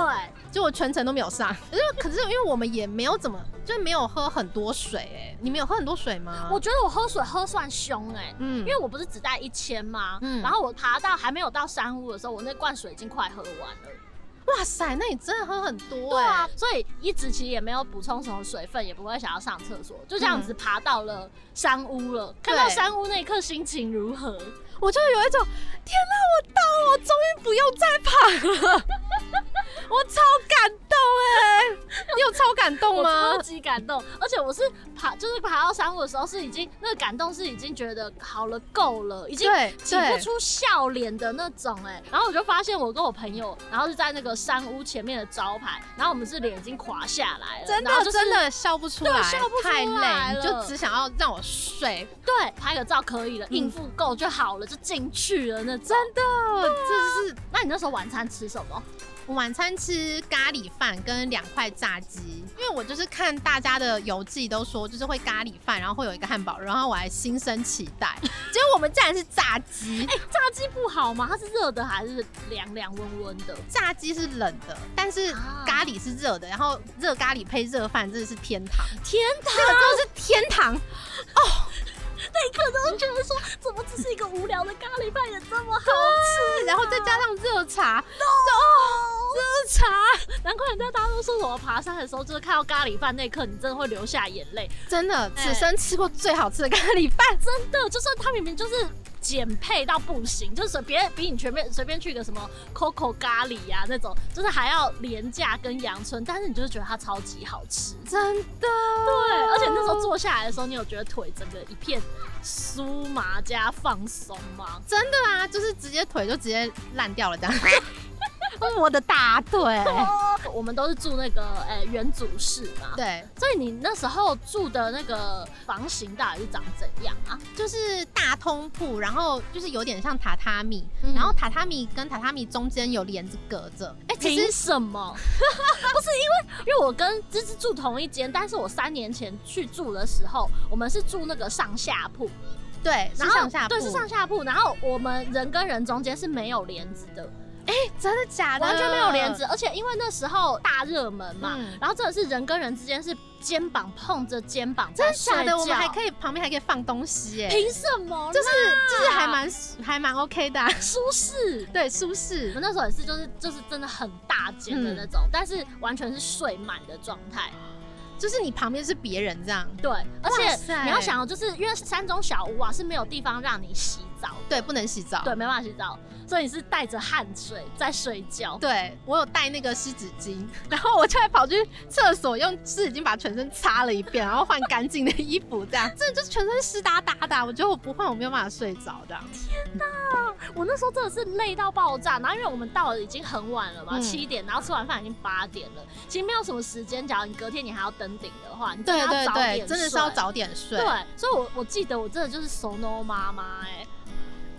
Speaker 3: 就我全程都没有上，可是可是因为我们也没有怎么，就是没有喝很多水、哎，你们有喝很多水吗？
Speaker 2: 我觉得我喝水喝算凶哎、
Speaker 3: 嗯
Speaker 2: 因为我不是只带一千吗？
Speaker 3: 嗯
Speaker 2: 然后我爬到还没有到山屋的时候，我那罐水已经快喝完了。
Speaker 3: 哇塞，那你真的喝很多、
Speaker 2: 对
Speaker 3: 哎
Speaker 2: 啊，所以一直其实也没有补充什么水分，也不会想要上厕所，就这样子爬到了山屋了。看到
Speaker 3: 嗯对
Speaker 2: 山屋那一刻心情如何？
Speaker 3: 我就有一种天哪，我到了，我终于不用再爬了， 我超感动哎、你有超感动
Speaker 2: 我
Speaker 3: 吗
Speaker 2: 超？级感动，而且我是爬，就是爬到山屋的时候是已经那个感动是已经觉得好了够了，已经
Speaker 3: 对
Speaker 2: 挤不出笑脸的那种哎、然后我就发现我跟我朋友，然后是在那个山屋前面的招牌，然后我们是脸已经垮下来了，
Speaker 3: 真
Speaker 2: 然后
Speaker 3: 的、
Speaker 2: 就是
Speaker 3: 真的笑不出来，
Speaker 2: 对笑不出
Speaker 3: 太
Speaker 2: 来
Speaker 3: 累，
Speaker 2: 了
Speaker 3: 你就只想要让我睡。
Speaker 2: 对，拍个照可以了，
Speaker 3: 嗯
Speaker 2: 应付够就好了，就进去了那种。
Speaker 3: 真的，
Speaker 2: 啊
Speaker 3: 这是
Speaker 2: 那你那时候晚餐吃什么？
Speaker 3: 我晚餐吃咖喱饭跟两块炸鸡，因为我就是看大家的游记都说，就是会咖喱饭，然后会有一个汉堡，然后我还心生期 待，结果我们竟然是炸鸡。
Speaker 2: 哎、炸鸡不好吗？它是热的还是凉凉温温的？
Speaker 3: 炸鸡是冷的，但是
Speaker 2: 啊
Speaker 3: 咖喱是热的，然后热咖喱配热饭真的是天堂，
Speaker 2: 天堂
Speaker 3: 那个真哦的是天堂。
Speaker 2: 那一刻都觉得说，怎么只是一个无聊的咖喱饭也这么好吃、
Speaker 3: 然后再加上热茶，
Speaker 2: 热啊茶，难怪人家大家都说什么爬山的时候，就是看到咖喱饭那一刻，你真的会流下眼泪。
Speaker 3: 真的
Speaker 2: 哎
Speaker 3: 此生吃过最好吃的咖喱饭。
Speaker 2: 真的，就是他明明就是减配到不行，就是随别比你随便随便去个什么 Coco 咖喱呀、那种，就是还要廉价跟阳春，但是你就是觉得它超级好吃。
Speaker 3: 真的，
Speaker 2: 对，
Speaker 3: 对
Speaker 2: 而且那时候坐下来的时候，你有觉得腿整个一片酥麻加放松吗？
Speaker 3: 真的啊，就是直接腿就直接烂掉了这样。
Speaker 4: 我的大腿。
Speaker 2: 我们都是住那个呃原主室嘛，
Speaker 3: 对，
Speaker 2: 所以你那时候住的那个房型到底是长怎样啊？
Speaker 3: 就是大通铺，然后就是有点像榻榻米，
Speaker 2: 嗯
Speaker 3: 然后榻榻米跟榻榻米中间有帘子隔着。哎、其
Speaker 2: 凭
Speaker 3: 实
Speaker 2: 什么？ 不是因为，因为我跟芝芝住同一间，但是我三年前去住的时候，我们是住那个上下铺，
Speaker 3: 对，
Speaker 2: 然
Speaker 3: 是
Speaker 2: 后
Speaker 3: 上下铺，
Speaker 2: 对是上下铺，然后我们人跟人中间是没有帘子的，
Speaker 3: 真的假的？
Speaker 2: 完全没有帘子，，而且因为那时候大热门嘛，
Speaker 3: 嗯
Speaker 2: 然后真的是人跟人之间是肩膀碰着肩膀
Speaker 3: 真
Speaker 2: 在睡
Speaker 3: 的假的？
Speaker 2: 觉，
Speaker 3: 我们还可以旁边还可以放东西、哎，
Speaker 2: 凭什么？
Speaker 3: 就是就是还蛮还蛮 OK 的啊、
Speaker 2: 舒适。
Speaker 3: 对，舒
Speaker 2: 我
Speaker 3: 适。
Speaker 2: 们那时候也是，就是就是真的很大间
Speaker 3: 嗯
Speaker 2: 的那种，但是完全是睡满的状态。
Speaker 3: 就是你旁边是别人这样，
Speaker 2: 对，而
Speaker 3: 哇
Speaker 2: 且
Speaker 3: 塞
Speaker 2: 你要想，哦就是因为山中小屋啊是没有地方让你洗澡，
Speaker 3: 对，不能洗澡。
Speaker 2: 对，没办法洗澡，所以你是带着汗水在睡觉。
Speaker 3: 对我有带那个湿纸巾， 然后我就还跑去厕所用湿纸巾把全身擦了一遍，然后换干净的衣服，这样真的就是全身湿哒哒的啊。我觉得我不换我没有办法睡着的啊。
Speaker 2: 我那时候真的是累到爆炸，然后因为我们到了已经很晚了嘛，
Speaker 3: 嗯
Speaker 2: 七、点，然后吃完饭已经八点了，其实没有什么时间。假如你隔天你还要登顶的话，你真
Speaker 3: 对
Speaker 2: 的
Speaker 3: 对
Speaker 2: 要早点
Speaker 3: 对，真的是要
Speaker 2: 睡。
Speaker 3: 早点睡。
Speaker 2: 对，所以我我记得我真的就是熟 no 妈妈哎，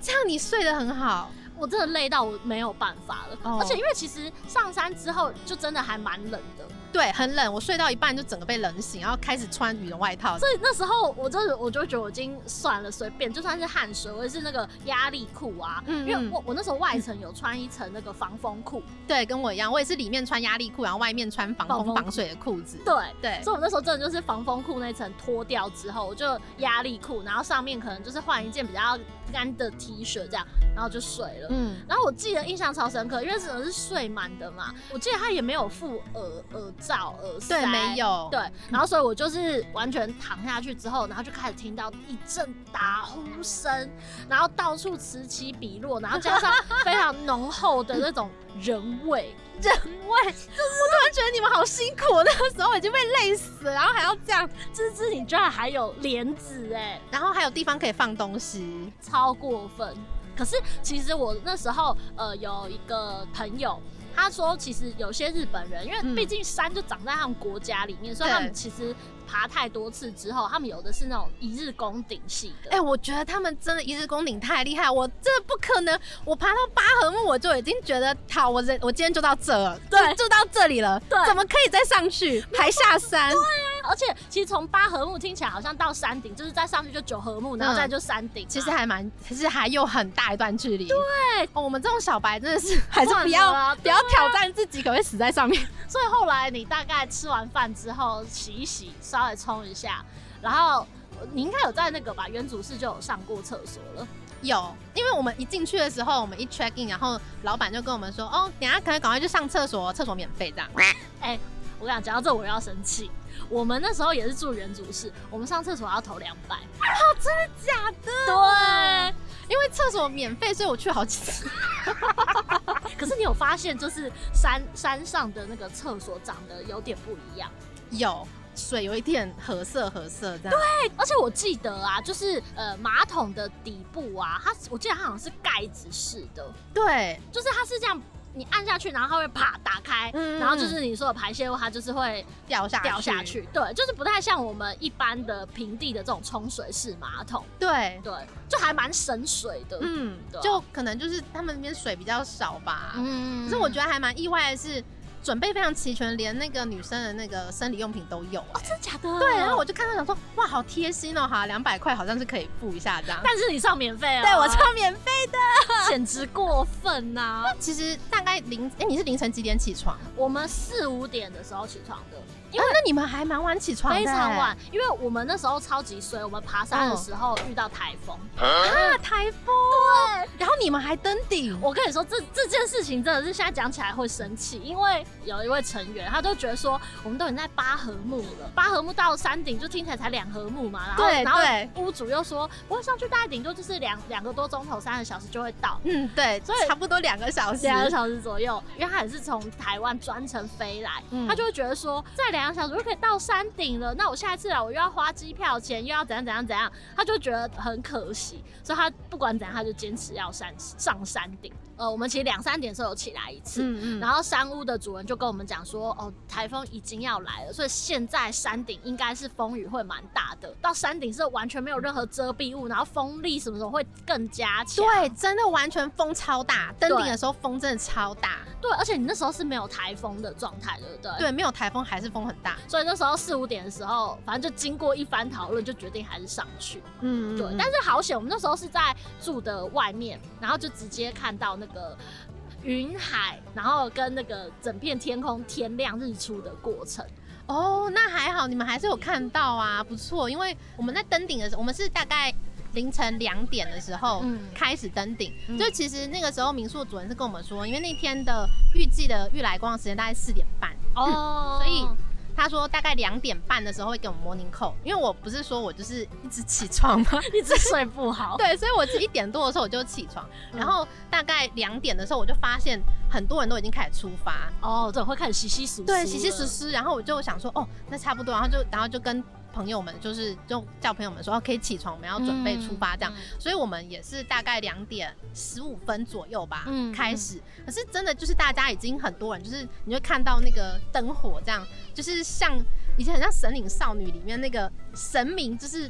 Speaker 3: 这样你睡得很好。
Speaker 2: 我真的累到我没有办法了。
Speaker 3: 哦
Speaker 2: 而且因为其实上山之后就真的还蛮冷的，
Speaker 3: 对，很冷，我睡到一半就整个被冷醒，然后开始穿羽绒外套。
Speaker 2: 所以那时候我真的我就觉得我已经算了，随便，就算是汗水，我也是那个压力裤啊，
Speaker 3: 嗯嗯
Speaker 2: 因为我我那时候外层有穿一层那个防风裤，
Speaker 3: 对，跟我一样，我也是里面穿压力裤，然后外面穿防
Speaker 2: 防
Speaker 3: 风
Speaker 2: 风
Speaker 3: 防水的裤子。
Speaker 2: 对。
Speaker 3: 对，
Speaker 2: 所以我那时候真的就是防风裤那层脱掉之后，我就压力裤，然后上面可能就是换一件比较干的 T 恤这样，然后就睡了。
Speaker 3: 嗯，
Speaker 2: 然后我记得印象超深刻，因为只能是睡满的嘛，我记得他也没有附耳耳罩、耳塞，
Speaker 3: 对，没有，
Speaker 2: 对，然后所以我就是完全躺下去之后，然后就开始听到一阵打呼声，然后到处此起彼落，然后加上非常浓厚的那种人味，
Speaker 3: 突然觉得你们好辛苦，我那个时候已经被累死了，然后还要这样，
Speaker 2: 芝芝你居然还有帘子哎、
Speaker 3: 然后还有地方可以放东西。
Speaker 2: 超过分。可是其实我那时候呃有一个朋友。他说：“其实有些日本人，因为
Speaker 3: 嗯
Speaker 2: 毕竟山就长在他们国家里面，所以
Speaker 3: 对
Speaker 2: 他们其实爬太多次之后，他们有的是那种一日攻顶系的。
Speaker 3: 哎、我觉得他们真的一日攻顶太厉害，我真的不可能，我爬到八合目我就已经觉得好，我人我今天就到这了，
Speaker 2: 对
Speaker 3: 就就到这里了，
Speaker 2: 对
Speaker 3: 怎么可以再上去，还下山？
Speaker 2: 而且其实从八合目听起来好像到山顶，就是再上去就九合目，然后再就山顶嘛、啊
Speaker 3: 其实还蛮，其实还有很大一段距离。对、哦我们这种小白真的是 还
Speaker 2: 还
Speaker 3: 是不要。
Speaker 2: 啊
Speaker 3: 不要挑战自己，可能会死在上面。
Speaker 2: 所以后来你大概吃完饭之后洗一洗，稍微冲一下，然后呃你应该有在那个吧原主室就有上过厕所了。
Speaker 3: 有，因为我们一进去的时候，我们一 check in，然后老板就跟我们说：“哦，等一下可能赶快去上厕所，厕所免费这样。
Speaker 2: 我跟你讲，讲到这我又要生气。我们那时候也是住原主室，我们上厕所要投两百。 好，真的假的？”
Speaker 3: 因为厕所免费，所以我去好几次。
Speaker 2: 对。可是你有发现，就是山山上的那个厕所长得有点不一样。
Speaker 3: 有水有一点褐色褐色这样。对，
Speaker 2: 而且我记得啊，就是呃，马桶的底部啊，它我记得它好像是盖子式的，就是它是这样，你按下去，然后它会啪打开，
Speaker 3: 嗯
Speaker 2: 然后就是你说的排泄物，它就是会
Speaker 3: 掉下
Speaker 2: 掉下。去。对，就是不太像我们一般的平地的这种冲水式马桶，
Speaker 3: 对，
Speaker 2: 对，就还蛮省水的。
Speaker 3: 嗯
Speaker 2: 对，啊
Speaker 3: 就可能就是他们那边水比较少吧。
Speaker 2: 嗯，
Speaker 3: 可是我觉得还蛮意外的是，准备非常齐全，连那个女生的那个生理用品都有、啊
Speaker 2: 哦，真的假的？
Speaker 3: 对，然后我就看到想说，哇，好贴心哦，好，两百块好像是可以付一下这样。
Speaker 2: 但是你上免费啊，
Speaker 3: 对我 超免费。
Speaker 2: 简直过分呐、
Speaker 3: 其实大概凌，哎、你是凌晨几点起床？哦
Speaker 2: 我们四五点的时候起床的，因为
Speaker 3: 啊那你们还蛮晚起床的、
Speaker 2: 非常晚，因为我们那时候超级衰，我们爬山
Speaker 3: 嗯
Speaker 2: 的时候遇到台风。
Speaker 3: 啊，台风。然后你们还登顶。
Speaker 2: 我跟你说，这这件事情真的是现在讲起来会生气，因为有一位成员他就觉得说，我们都已经在八合目了，八合目到山顶就听起来才两合目嘛，然后
Speaker 3: 对
Speaker 2: 然
Speaker 3: 对
Speaker 2: 后屋主又说，不会上去，大概顶多就是两两个多钟头，三个小时就会到。
Speaker 3: 嗯，对，
Speaker 2: 所以
Speaker 3: 差不多两个小时。
Speaker 2: 两个小时左右，因为他也是从台湾专程飞来，
Speaker 3: 嗯
Speaker 2: 他就会觉得说，在两个小时就可以到山顶了，那我下一次来我又要花机票钱，又要怎样怎样怎样，他就觉得很可惜，所以他不管怎样，他就坚持要山上山顶，呃，我们其实两三点的时候有起来一次，
Speaker 3: 嗯
Speaker 2: 然后山屋的主人就跟我们讲说，哦，台风已经要来了，所以现在山顶应该是风雨会蛮大的，到山顶是完全没有任何遮蔽物，然后风力什么时候会更加强。
Speaker 3: 对，真的完全风超大，登顶
Speaker 2: 对
Speaker 3: 的时候风真的超大，
Speaker 2: 对，而且你那时候是没有台风的状态，对不对？。
Speaker 3: 对，没有台风还是风很大，
Speaker 2: 所以那时候四五点的时候，反正就经过一番讨论，就决定还是上去。
Speaker 3: 嗯，
Speaker 2: 对，但是好险，我们那时候是在住的外面，然后就直接看到那个云海，然后跟那个整片天空天亮日出的过程。
Speaker 3: 哦，那还好，你们还是有看到啊，不错。因为我们在登顶的时候，我们是大概凌晨两点的时候
Speaker 2: 嗯
Speaker 3: 开始登顶，
Speaker 2: 嗯
Speaker 3: 就其实那个时候民宿主人是跟我们说，因为那天的预计的预来光的时间大概四点半，
Speaker 2: 哦
Speaker 3: 所以他说大概两点半的时候会给我们 morning call，因为我不是说我就是一直起床 吗？
Speaker 2: 一直睡不好。
Speaker 3: 对，所以我一点多的时候我就起床，
Speaker 2: 嗯
Speaker 3: 然后大概两点的时候我就发现很多人都已经开始出发，
Speaker 2: 哦，对，会开始稀稀疏疏。
Speaker 3: 对，洗洗湿。湿，然后我就想说，哦，那差不多，然后就然后就跟朋友们，就是就叫朋友们说，哦，可以起床，我们要准备出发这
Speaker 2: 嗯
Speaker 3: 样。所以我们也是大概两点十五分左右吧，
Speaker 2: 嗯
Speaker 3: 开始。可是真的就是大家已经很多人，就是你会看到那个灯火这样，就是像以前很像《神隐少女》里面那个神明，就是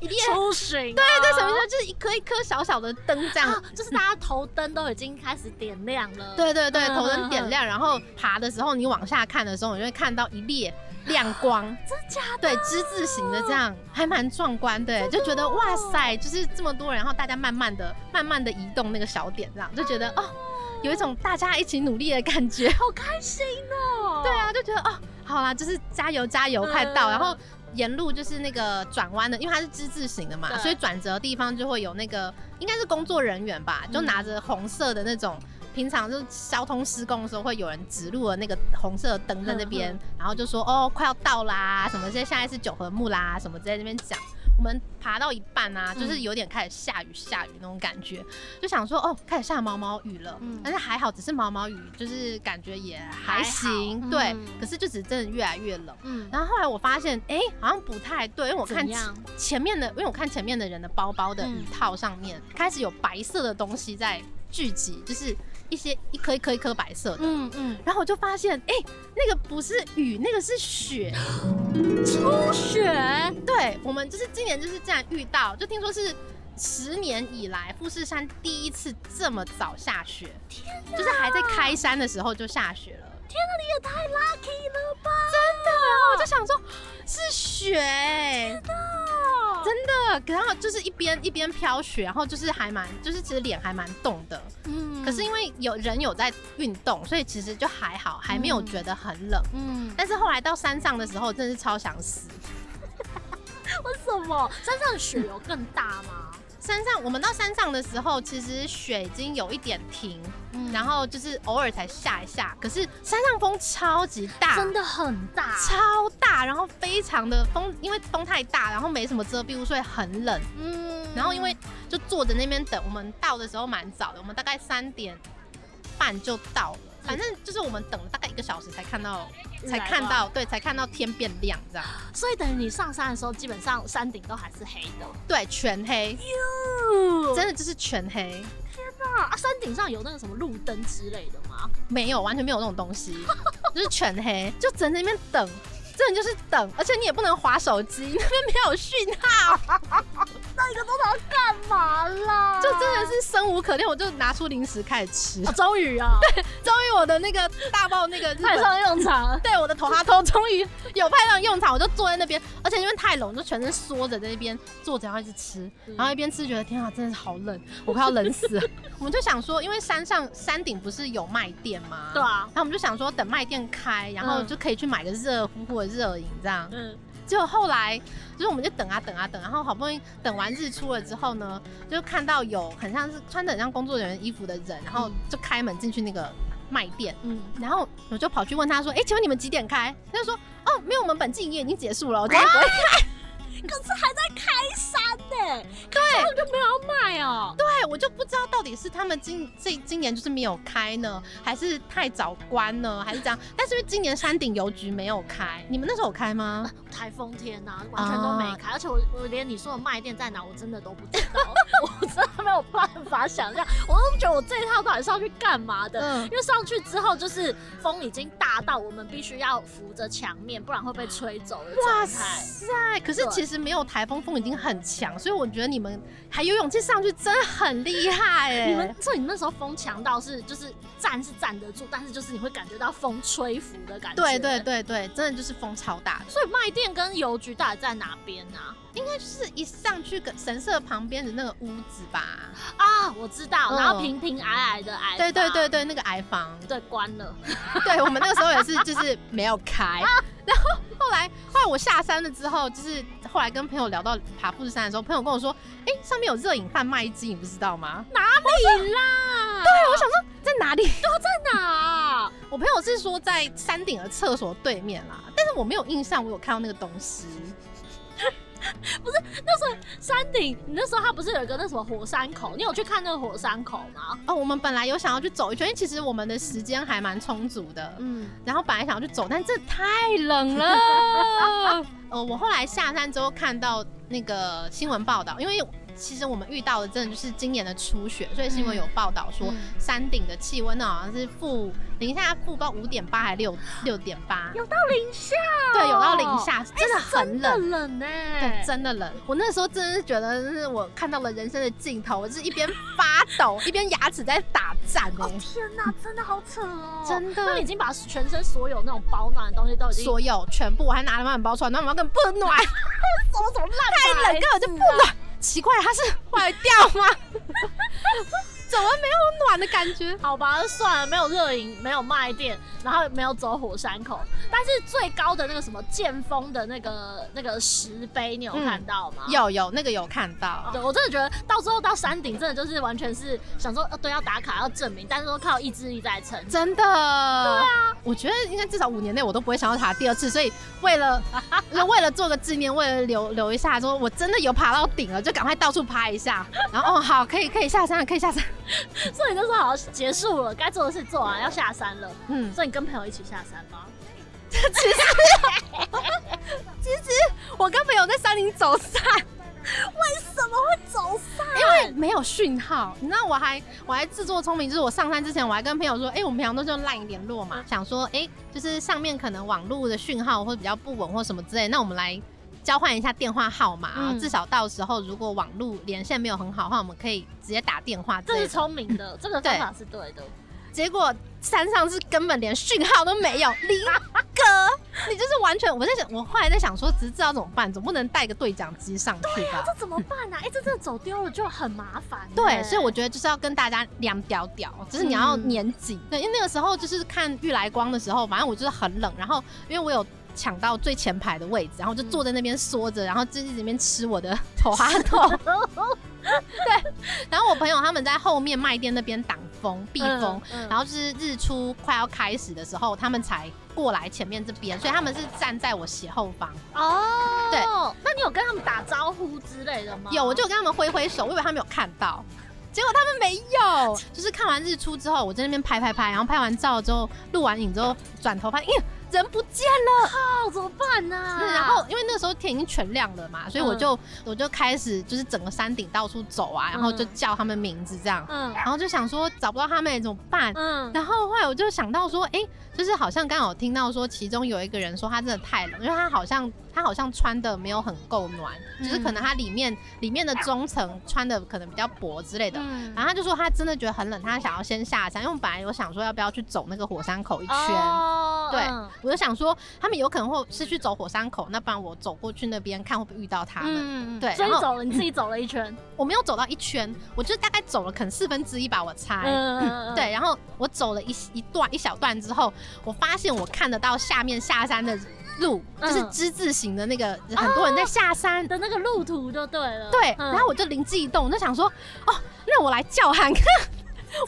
Speaker 3: 一列
Speaker 2: 出巡、
Speaker 3: 对对神明，就是一颗一颗小小的灯这样。
Speaker 2: 啊，就是大家头灯都已经开始点亮了。
Speaker 3: 对对对，
Speaker 2: 嗯
Speaker 3: 头灯
Speaker 2: 嗯
Speaker 3: 点
Speaker 2: 嗯
Speaker 3: 亮，然后爬的时候，你往下看的时候，你就会看到一列亮光，
Speaker 2: 真假的？
Speaker 3: 对，之字形的这样，还蛮壮观的哦耶，就觉得哇塞，就是这么多人，然后大家慢慢的、慢慢的移动那个小点，这样就觉得哦，有一种大家一起努力的感 觉。
Speaker 2: 好开心哦。
Speaker 3: 对啊，就觉得哦，好啦，就是加油加油，快到，
Speaker 2: 嗯
Speaker 3: 然后。沿路就是那个转弯的，因为它是之字形的嘛，
Speaker 2: 对
Speaker 3: 所以转折的地方就会有那个应该是工作人员吧，就
Speaker 2: 嗯
Speaker 3: 拿着红色的那种，平常就是交通施工的时候会有人指路的那个红色的灯在那
Speaker 2: 嗯
Speaker 3: 边，然后就说哦快要到啦，什么现在现在是九合目啦，什么之类在那边讲。我们爬到一半啊，就是
Speaker 2: 嗯
Speaker 3: 有点开始下雨下雨那种感觉，就想说哦开始下毛毛雨了，
Speaker 2: 嗯
Speaker 3: 但是还好只是毛毛雨，就是感觉也还行，
Speaker 2: 还好
Speaker 3: 对。
Speaker 2: 嗯
Speaker 3: 可是就只真的越来越冷。
Speaker 2: 嗯，
Speaker 3: 然后后来我发现，哎、好像不太对，因为我看
Speaker 2: 怎样？
Speaker 3: 前面的，因为我看前面的人的包包的
Speaker 2: 嗯
Speaker 3: 雨套上面、开始有白色的东西在聚集，就是一些一颗一颗一颗白色的。
Speaker 2: 嗯嗯，
Speaker 3: 然后我就发现，哎、那个不是雨，那个是雪。
Speaker 2: 初雪，
Speaker 3: 对，我们就是今年就是这样遇到，就听说是十年以来富士山第一次这么早下雪，就是还在开山的时候就下雪了。
Speaker 2: 天哪，你也太 lucky 了吧！
Speaker 3: 真的，然后我就想说，是雪、欸，
Speaker 2: 哦
Speaker 3: 真的。然后就是一边一边飘雪，然后就是还蛮，就是其实脸还蛮冻的。
Speaker 2: 嗯
Speaker 3: 可是因为有人有在运动，所以其实就还好，还没有觉得很冷。
Speaker 2: 嗯，
Speaker 3: 但是后来到山上的时候，真的是超想死。
Speaker 2: 为什么山上的雪有更大吗？
Speaker 3: 山上，我们到山上的时候，其实雪已经有一点停，
Speaker 2: 嗯
Speaker 3: 然后就是偶尔才下一下。可是山上风超级大，
Speaker 2: 真的很大，
Speaker 3: 超大，然后非常的风，因为风太大，然后没什么遮蔽物，所以很冷。
Speaker 2: 嗯
Speaker 3: 然后因为就坐着那边等，我们到的时候蛮早的，我们大概三点半就到了。反正就是我们等了大概一个小时才看到，
Speaker 2: 日
Speaker 3: 才
Speaker 2: 来
Speaker 3: 看
Speaker 2: 光
Speaker 3: 到，对，才看到天变亮这样。
Speaker 2: 所以等于你上山的时候，基本上山顶都还是黑的。
Speaker 3: 对，全黑，
Speaker 2: 嗯
Speaker 3: 真的就是全黑，
Speaker 2: 的啊！山顶上有那个什么路灯之类的吗？
Speaker 3: 没有完全没有那种东 西，就是全黑，就只能在那边等，真的就是等，而且你也不能划手机，那边没有讯 号，
Speaker 2: 那一个钟头干嘛啦
Speaker 3: 就真的是生无可恋，我就拿出零食开始吃
Speaker 2: 啊，。终于啊，
Speaker 3: 终于我的那个大爆那个日
Speaker 2: 派
Speaker 3: 本
Speaker 2: 上用场了。
Speaker 3: 对我的头哈头终于有派上用场，我就坐在那边，而且因为太冷，我就全身缩着在那边坐着，然后一直吃，
Speaker 2: 嗯
Speaker 3: 然后一边吃觉得天啊，真的是好冷，我快要冷死 了。我们就想说，因为山上山顶不是有卖店吗？
Speaker 2: 对。啊，
Speaker 3: 然后我们就想说，等卖店开，然后
Speaker 2: 嗯
Speaker 3: 就可以去买个热乎乎的热饮这样。
Speaker 2: 嗯，
Speaker 3: 结果后来就是我们就等啊等啊等，然后好不容易等完日出了之后呢，就看到有很像是穿的很像工作人员衣服的人，然后就开门进去那个卖店。
Speaker 2: 嗯，
Speaker 3: 然后我就跑去问他说：“哎、请问你们几点开？”他就说：“哦，没有，我们本季营业已经结束了。”我就
Speaker 2: 啊
Speaker 3: 不会
Speaker 2: 可是还在开山呢，对，根本就没有要卖哦。对，
Speaker 3: 哎对，我就不知道到底是他们今这今年就是没有开呢，还是太早关呢，还是这样？但是因为今年山顶邮局没有开，你们那时候有开吗？
Speaker 2: 台风天啊呐，
Speaker 3: 啊
Speaker 2: 完全都没开，而且我我连你说的卖店在哪，我真的都不知道，我真的没有办法想象，我都不觉得我这一趟到底是要去干嘛的。
Speaker 3: 嗯
Speaker 2: 因为上去之后就是风已经大到我们必须要扶着墙面，不然会被吹走的状
Speaker 3: 哇
Speaker 2: 态。
Speaker 3: 塞！可是
Speaker 2: 对
Speaker 3: 其实没有台风，风已经很强，所以我觉得你们还有勇气上去，真的很厉害 哎、
Speaker 2: 你们，所以你那时候风强到是就是站是站得住，但是就是你会感觉到风吹拂的感觉。
Speaker 3: 对对。对对，真的就是风超大的，
Speaker 2: 所以卖店跟邮局到底在哪边啊？
Speaker 3: 应该就是一上去跟神社旁边的那个屋子吧。
Speaker 2: 啊，我知道，
Speaker 3: 嗯
Speaker 2: 然后平平矮矮的矮。
Speaker 3: 对对对。对，那个矮房，
Speaker 2: 对，关了。
Speaker 3: 对我们那个时候也是就是没有开。 然后后来后来我下山了之后，就是后来跟朋友聊到爬富士山的时候，朋友跟我说，哎、上面有热饮贩卖机，你不知道吗？哎
Speaker 2: 你啦，
Speaker 3: 对，我想说在哪里？
Speaker 2: 在哪？
Speaker 3: 我朋友是说在山顶的厕所对面啦，但是我没有印象，我有看到那个东西。
Speaker 2: 山顶，你那时候它不是有一个那什么火山口？你有去看那个火山口吗？
Speaker 3: 哦，我们本来有想要去走一圈，因为其实我们的时间还蛮充足的，
Speaker 2: 嗯，
Speaker 3: 然后本来想要去走，但这太冷
Speaker 2: 啊
Speaker 3: 了。呃，我后来下山之后看到那个新闻报道，因为其实我们遇到的真的就是今年的初雪，所以新闻有报道说
Speaker 2: 嗯
Speaker 3: 山顶的气温呢好像是负零下负到五点八还六六点八，
Speaker 2: 有到零下，哦哎
Speaker 3: 对，有到零下，真的很
Speaker 2: 真的
Speaker 3: 冷。
Speaker 2: 冷欸呢、
Speaker 3: 对，真的冷。我那时候真的是觉得，是我看到了人生的尽头。我是一边发抖，一边牙齿在打颤哎、
Speaker 2: 哦天哪，真的好扯哦！
Speaker 3: 真的
Speaker 2: 那你已经把全身所有那种保暖的东西都已经
Speaker 3: 所有全部，我还拿了暖包出来，暖包根本不暖，
Speaker 2: 怎么怎么烂
Speaker 3: 太冷根本就不暖。奇怪，它是坏掉吗？ 怎么没有暖的感觉？
Speaker 2: 好吧，算了，没有热饮，没有卖店，然后没有走火山口，但是最高的那个什么剑峰的那个那个石碑，你有
Speaker 3: 嗯
Speaker 2: 看到吗？
Speaker 3: 有有，那个有看到，
Speaker 2: 对，我真的觉得到最后到山顶，真的就是完全是想说，呃，对，要打卡，要证明，但是都靠意志力在撑。
Speaker 3: 真的。对啊，我觉得应该至少五年内我都不会想要爬第二次，所以为 了为了做个纪念，为了留留一下，说我真的有爬到顶了，就赶快到处拍一下。然后哦，好，可以可以下山了，可以下山了。
Speaker 2: 所以那时候好像结束了，该做的事做完，要下山了。
Speaker 3: 嗯，
Speaker 2: 所以你跟朋友一起下山吗？
Speaker 3: 我跟朋友在山林走散，
Speaker 2: 怎么会走散？
Speaker 3: 因为没有讯号。你知道我还我还自作聪明，就是我上山之前我还跟朋友说，哎、我们平常都是用 LINE 联络
Speaker 2: 嗯
Speaker 3: 嘛，想说，哎、就是上面可能网络的讯号会比较不稳或什么之类，那我们来。交换一下电话号码，
Speaker 2: 嗯
Speaker 3: 至少到时候如果网络连线没有很好的话，我们可以直接打电话之
Speaker 2: 这
Speaker 3: 类
Speaker 2: 是
Speaker 3: 的。
Speaker 2: 聪明的，这个方法是对的。
Speaker 3: 结果山上是根本连讯号都没有，林哥，你就是完全我在想，我后来在想说，只是知道怎么办，总不能带个对讲机上去吧？
Speaker 2: 这怎么办呢、啊？哎、这真的走丢了就很麻烦欸、
Speaker 3: 对，所以我觉得就是要跟大家两屌屌，就是你要
Speaker 2: 嗯
Speaker 3: 年紧。对，因为那个时候就是看玉来光的时候，反正我就是很冷，然后因为我有抢到最前排的位置，然后就
Speaker 2: 嗯
Speaker 3: 坐在那边缩着，然后就一直在那边吃我的头哈头。然后我朋友他们在后面卖店那边挡风避风，
Speaker 2: 嗯嗯
Speaker 3: 然后就是日出快要开始的时候，他们才过来前面这边，所以他们是站在我斜后方。
Speaker 2: 哦，
Speaker 3: 对，
Speaker 2: 那你有跟他们打招呼之类的吗？
Speaker 3: 有，我就有跟他们挥挥手，我以为他们有看到，结果他们没 有。就是看完日出之后，我在那边拍拍拍，然后拍完照之后，录完影之后，转头发现，咦，人不见
Speaker 2: 靠，哦怎么办啊呢、
Speaker 3: 了。然后因为那时候天已经全亮了嘛，所以
Speaker 2: 嗯
Speaker 3: 我就、我就开始就是整个山顶到处走啊，然后就
Speaker 2: 嗯
Speaker 3: 叫他们名字这样，
Speaker 2: 嗯
Speaker 3: 然后就想说找不到他们怎么办？
Speaker 2: 嗯，
Speaker 3: 然后后来我就想到说，哎、就是好像刚好听到说，其中有一个人说他真的太冷，因为他好像他好像穿的没有很够暖，就是可能
Speaker 2: 嗯
Speaker 3: 他里面里面的中层穿的可能比较薄之类的。
Speaker 2: 嗯
Speaker 3: 然后他就说他真的觉得很冷，他想要先下山，因为我本来有想说要不要去走那个火山口一圈。
Speaker 2: 哦
Speaker 3: 对
Speaker 2: 嗯
Speaker 3: 我就想说，他们有可能会是去走火山口，那不然我走过去那边看会不会遇到他们。
Speaker 2: 嗯
Speaker 3: 对
Speaker 2: 所以
Speaker 3: 然后
Speaker 2: 走了，你自己走了一圈，
Speaker 3: 我没有走到一圈，我就大概走了可能四分之一吧，我猜。
Speaker 2: 嗯，
Speaker 3: 对，然后我走了一一段一小段之后，我发现我看得到下面下山的路，
Speaker 2: 嗯
Speaker 3: 就是之字形的那个，很多人在下山。
Speaker 2: 的那个路途就对了。
Speaker 3: 对，
Speaker 2: 嗯
Speaker 3: 然后我就灵机一动，我就想说，哦，那我来叫喊看。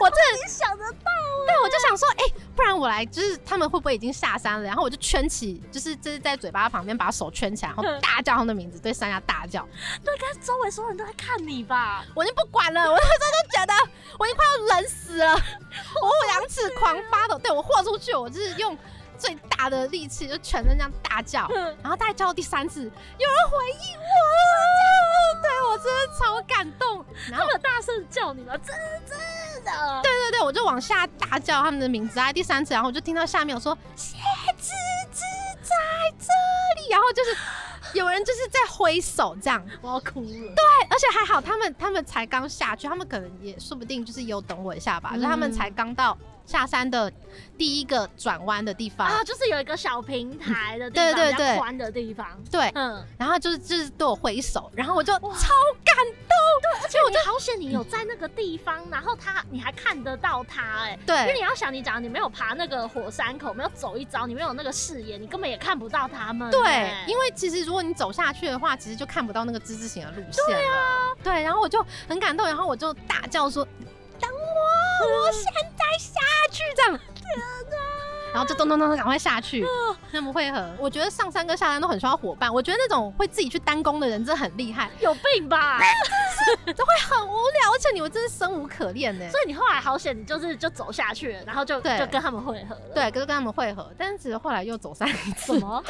Speaker 3: 我这
Speaker 2: 想得到，啊
Speaker 3: 对，我就想说，哎、不然我来，就是他们会不会已经下山了？然后我就圈起，就是就是在嘴巴旁边把手圈起来，然后
Speaker 2: 嗯
Speaker 3: 大叫他们的名字，对山下大叫。
Speaker 2: 对，可是周围所有人都在看你吧？
Speaker 3: 我已经不管了，我那时候就觉得我已经快要冷死了，我两尺狂发抖，对我豁出去，我就是用最大的力气，就全身这样大叫，
Speaker 2: 嗯
Speaker 3: 然后大概叫到第三次，有人回应我，对我我真的超感动。然
Speaker 2: 他
Speaker 3: 后
Speaker 2: 们有大声叫你吗？真真的，对，
Speaker 3: 对对对，我就往下大叫他们的名字啊，第三次，然后我就听到下面有说谢芝芝在这里，然后就是有人就是在挥手这样，
Speaker 2: 我要哭了。
Speaker 3: 对，而且还好哦他们他们才刚下去，他们可能也说不定就是有等我一下吧，
Speaker 2: 嗯
Speaker 3: 就他们才刚到下山的第一个转弯的地方，
Speaker 2: 啊，就是有一个小平台的地方，
Speaker 3: 对对
Speaker 2: 比
Speaker 3: 对
Speaker 2: 较宽的地方，
Speaker 3: 对，
Speaker 2: 嗯，
Speaker 3: 然后就是就是对我挥手，然后我就超
Speaker 2: 哇
Speaker 3: 感动，
Speaker 2: 而且你好险，你有在那个地方，然后他你还看得到他、哎。因为
Speaker 3: 对
Speaker 2: 你要想，你讲你没有爬那个火山口，没有走一遭，你没有那个视野，你根本也看不到他们、
Speaker 3: 对
Speaker 2: 哎，
Speaker 3: 因为其实如果你走下去的话，其实就看不到那个之字形的路线了，对啊，对，然后我就很感动，然后我就大叫说等我，我现在下去这样。然后就咚咚咚咚赶快下去，
Speaker 2: 嗯
Speaker 3: 他们会合。我觉得上山跟下山都很需要伙伴。我觉得那种会自己去单攻的人真的很厉害，
Speaker 2: 有病 吧？
Speaker 3: 都会很无聊，而且你们真是生无可恋呢、
Speaker 2: 所以你后来好险，你就是就走下去了，然后就
Speaker 3: 对
Speaker 2: 就跟他们会合了。，
Speaker 3: 对，可是跟他们会合，但是其实后来又走散一次
Speaker 2: 什。 么？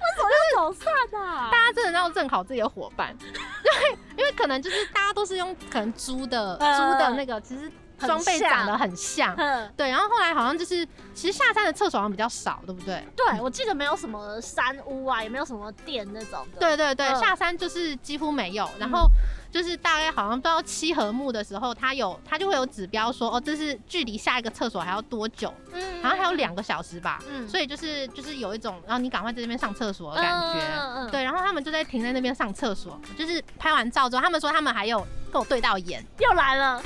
Speaker 2: 我怎么要走散啊？
Speaker 3: 大家真的要认好自己的伙伴， 对，因为可能就是大家都是用可能租的、
Speaker 2: 嗯
Speaker 3: 租的那个，其实
Speaker 2: 很
Speaker 3: 装备长得
Speaker 2: 像
Speaker 3: 很像。
Speaker 2: 嗯，
Speaker 3: 对，然后后来好像就是，其实下山的厕所好像比较少，对不对？
Speaker 2: 对，我记得没有什么山屋啊，也没有什么店那种的。
Speaker 3: 对对对，
Speaker 2: 嗯
Speaker 3: 下山就是几乎没有，然后就是大概好像不知道七合目的时候，它有它就会有指标说，哦，这是距离下一个厕所还要多久，
Speaker 2: 嗯，嗯
Speaker 3: 好像还有，两个小时吧，
Speaker 2: 嗯
Speaker 3: 所以就是就是有一种，然后你赶快在这边上厕所的感
Speaker 2: 嗯
Speaker 3: 觉。
Speaker 2: 嗯嗯
Speaker 3: 对，然后他们就在停在那边上厕所，就是拍完照之后，他们说他们还有跟我对到眼，
Speaker 2: 又来了，哦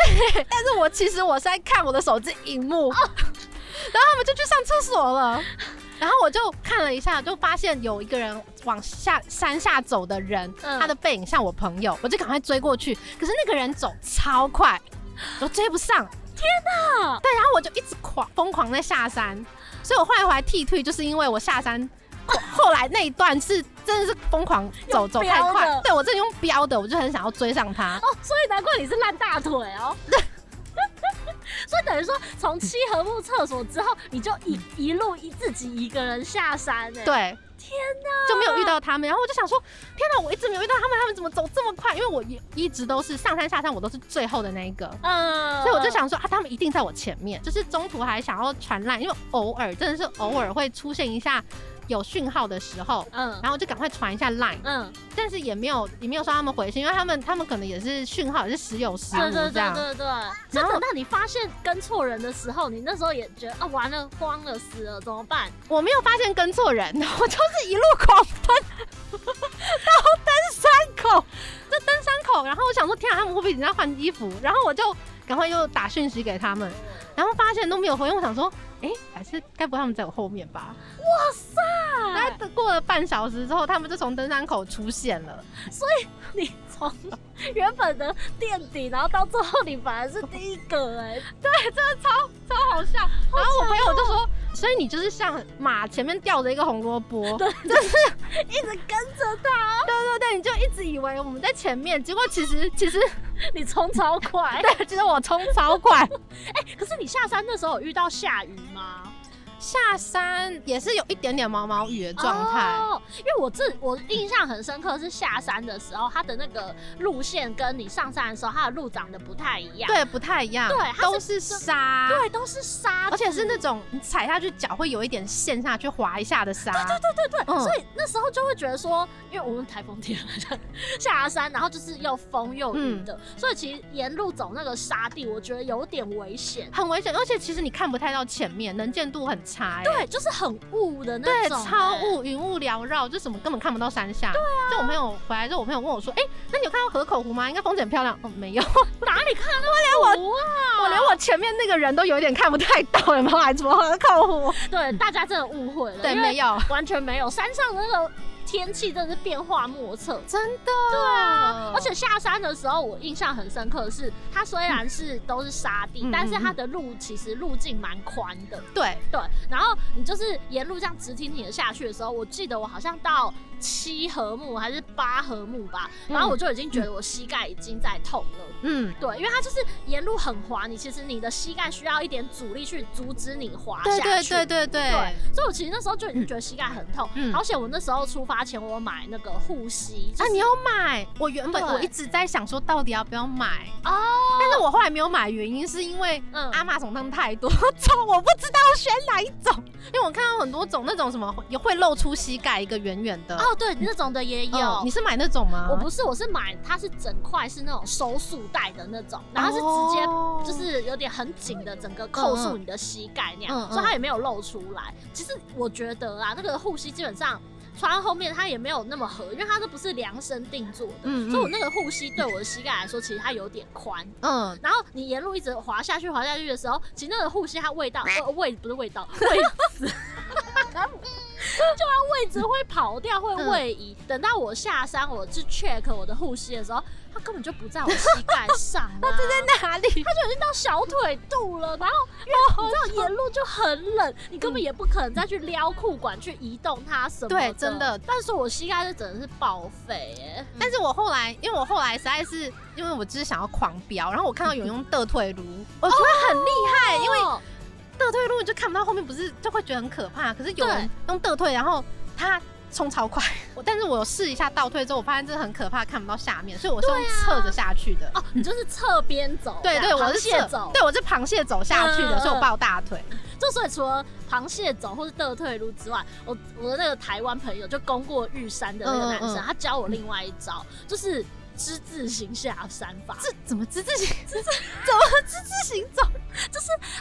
Speaker 3: 但是我其实我是在看我的手机荧幕，然后他们就去上厕所了，然后我就看了一下，就发现有一个人往下山下走的人，
Speaker 2: 嗯
Speaker 3: 他的背影像我朋友，我就赶快追过去，可是那个人走超快，我追不上，天
Speaker 2: 哪
Speaker 3: 对，然后我就一直狂疯狂在下山，所以我后来回来剃退，就是因为我下山。后后来那一段是真的是疯狂走走太
Speaker 2: 标
Speaker 3: 快
Speaker 2: 的，
Speaker 3: 对我真的用标的，我就很想要追上他。
Speaker 2: 哦，所以难怪你是烂大腿哦。 所以等于说，从七合目厕所之后，你就一一路一自己一个人下山哎、，
Speaker 3: 嗯对，
Speaker 2: 天
Speaker 3: 哪，就没有遇到他们。然后我就想说，天哪，我一直没有遇到他们，他们怎么走这么快？因为我一一直都是上山下山，我都是最后的那一个。
Speaker 2: 嗯，
Speaker 3: 所以我就，想说啊，他们一定在我前面，就是中途还想要传烂，因为偶尔真的是偶尔会出现一下有讯号的时候，
Speaker 2: 嗯
Speaker 3: 然后我就赶快传一下 line，
Speaker 2: 嗯，
Speaker 3: 但是也没有也没有说他们回信，因为他们他们可能也是讯号也是时有时
Speaker 2: 对
Speaker 3: 无
Speaker 2: 嗯对
Speaker 3: 这
Speaker 2: 对
Speaker 3: 样，
Speaker 2: 对对。所以
Speaker 3: 然后
Speaker 2: 等到你发现跟错人的时候，你那时候也觉得啊，完了，慌了，死了，怎么办？
Speaker 3: 我没有发现跟错人，我就是一路狂奔 到登山口，就登山口，然后我想说，天啊，他们会不会已经在换衣服？然后我就赶快又打讯息给他们，然后发现都没有回应，我想说，哎、还是该不会他们在我后面吧？
Speaker 2: 哇塞！
Speaker 3: 大
Speaker 2: 嗯
Speaker 3: 概过了半小时之后，他们就从登山口出现了。
Speaker 2: 你从原本的垫底，然后到最后你反而是第一个哎、
Speaker 3: 超好笑。然后我朋友就
Speaker 2: 哦
Speaker 3: 说，所以你就是像马前面吊着一个红萝卜， 对
Speaker 2: 一直跟着他，哦
Speaker 3: 对对，你就一直以为我们在前面，结果其实其实。
Speaker 2: 你冲超快
Speaker 3: 对，其实我冲超快。
Speaker 2: 可是你下山那时候有遇到下雨吗？
Speaker 3: 下山也是有一点点毛毛雨的状态，
Speaker 2: 哦，因为我自我印象很深刻是下山的时候，它的那个路线跟你上山的时候，它的路长得不太一样。
Speaker 3: 对，不太一样，
Speaker 2: 对它是
Speaker 3: 都是沙，
Speaker 2: 对，都是沙子，
Speaker 3: 啊而且是那种你踩下去脚会有一点陷下去滑一下的沙，对对
Speaker 2: 对对，
Speaker 3: 嗯
Speaker 2: 所以那时候就会觉得说，因为我们台风天下山，然后就是又风又雨的，所以其实沿路走那个沙地，我觉得有点危险。
Speaker 3: 很危险，而且其实你看不太到前面，能见度很差、欸，
Speaker 2: 对，就是很雾的那
Speaker 3: 对，
Speaker 2: 种、
Speaker 3: 超
Speaker 2: 欸。
Speaker 3: 雾，云雾缭绕，就什么根本看不到山下。对啊，就我朋友回来之后，我朋友问我说：“哎、那你有看到河口湖吗？应该风景很漂亮。”哦，没有，
Speaker 2: 哪里看到雾哎啊？
Speaker 3: 我连哎我前面那个人都有点看不太到，有没有？还什么河口湖？
Speaker 2: 对大家真的误会了，
Speaker 3: 对，
Speaker 2: 因为哦
Speaker 3: 没有，
Speaker 2: 完全没有，山上的那个天气真的是变化莫测。
Speaker 3: 真的。对啊
Speaker 2: 而且下山的时候，我印象很深刻的是，它虽然是都是沙地，
Speaker 3: 嗯
Speaker 2: 但是它的路其实路径蛮宽的，
Speaker 3: 对，
Speaker 2: 对。然后你就是沿路这样直挺挺的下去的时候，我记得我好像到七合目还是八合目吧，然后我就已经觉得我膝盖已经在痛了。
Speaker 3: 嗯，
Speaker 2: 对，因为它就是沿路很滑，你其实你的膝盖需要一点阻力去阻止你滑下
Speaker 3: 对
Speaker 2: 去。
Speaker 3: 对对对对，
Speaker 2: 所以我其实那时候就已经觉得膝盖很痛，
Speaker 3: 嗯
Speaker 2: 好险我那时候出发前我有买那个护膝。就
Speaker 3: 啊，
Speaker 2: 是
Speaker 3: 你有买？我原本
Speaker 2: 对
Speaker 3: 我一直在想说，到底要不要买？
Speaker 2: 哦，
Speaker 3: 但是我后来没有买，原因是因为
Speaker 2: 嗯
Speaker 3: 阿玛总他们太多种，我不知道选哪一种。因为我看到很多种那种什么也会露出膝盖一个圆圆的。
Speaker 2: 哦，对，那种的也有。
Speaker 3: 嗯你是买那种吗？
Speaker 2: 我不是，我是买它是整块是那种收束带的那种，然后它是直接
Speaker 3: 哦嗯
Speaker 2: 就是有点很紧的，整个扣住你的膝盖那样，
Speaker 3: 嗯嗯
Speaker 2: 所以它也没有露出来。其实我觉得啊，那个护膝基本上穿到后面它也没有那么合，因为它都不是量身定做的，
Speaker 3: 嗯嗯
Speaker 2: 所以我那个护膝对我的膝盖来说，其实它有点宽。
Speaker 3: 嗯，
Speaker 2: 然后你沿路一直滑下去、滑下去的时候，其实那个护膝它味道，呃，味不是味道，位置，就它位置会跑掉，会
Speaker 3: 嗯
Speaker 2: 位移。等到我下山，我去 check 我的护膝的时候，它根本就不在我膝盖上、 啊，它就
Speaker 3: 哪里？
Speaker 2: 已经到小腿肚了。然后哦因为你知道沿路就很冷，你根本也不可能再去撩裤管去移动它什么
Speaker 3: 嗯对真的
Speaker 2: 但是我膝盖是真的是报废、欸，
Speaker 3: 但是我后来，因为我后来实在是因为我就是想要狂飙，然后我看到有人用的退炉，我觉得很厉害，因为
Speaker 2: 哦
Speaker 3: 的退路你就看不到后面，不是就会觉得很可怕。可是有人
Speaker 2: 对
Speaker 3: 用的退，然后他冲 超快，我但是我有试一下倒退之后，我发现真的很可怕，看不到下面，所以我是用侧着下去的。
Speaker 2: 啊哦，你就是侧边走这
Speaker 3: 对
Speaker 2: 样，
Speaker 3: 对，我
Speaker 2: 螃
Speaker 3: 是
Speaker 2: 蟹
Speaker 3: 侧
Speaker 2: 走，
Speaker 3: 对我是螃蟹走下去的，
Speaker 2: 嗯嗯
Speaker 3: 所以我抱大腿。
Speaker 2: 就所以除了螃蟹走或是的退路之外，我我的那个台湾朋友就攻过玉山的那个男生，
Speaker 3: 嗯嗯嗯
Speaker 2: 他教我另外一招，就是之字形下山法。
Speaker 3: 这 怎么之字形？之字怎么之字形走？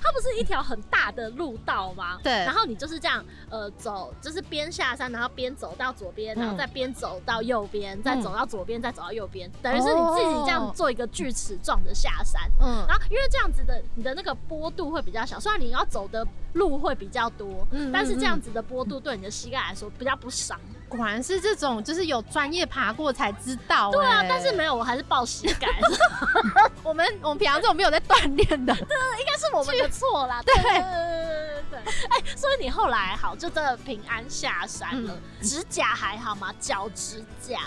Speaker 2: 它不是一条很大的路道吗？
Speaker 3: 对
Speaker 2: 然后你就是这样，呃，走，就是边下山，然后边走到左边，
Speaker 3: 嗯
Speaker 2: 然后再边走到右边，再走到左边，再走到右边，等于是你
Speaker 3: 哦
Speaker 2: 自己这样做一个锯齿状的下山。
Speaker 3: 嗯
Speaker 2: 然后因为这样子的，你的那个坡度会比较小，虽然你要走的路会比较多，
Speaker 3: 嗯
Speaker 2: 但是这样
Speaker 3: 嗯
Speaker 2: 子的坡度对你的膝盖来说比较不伤。
Speaker 3: 果然是这种，就是有专业爬过才知道、
Speaker 2: 对啊
Speaker 3: 哎，
Speaker 2: 但是没有，我还是抱膝 盖，
Speaker 3: 我们我们平常这种没有在锻炼的，
Speaker 2: 但是我们的错啦。对对对对对对。哎、所以你后来好，就真的平安下山了。指甲还好吗？脚指甲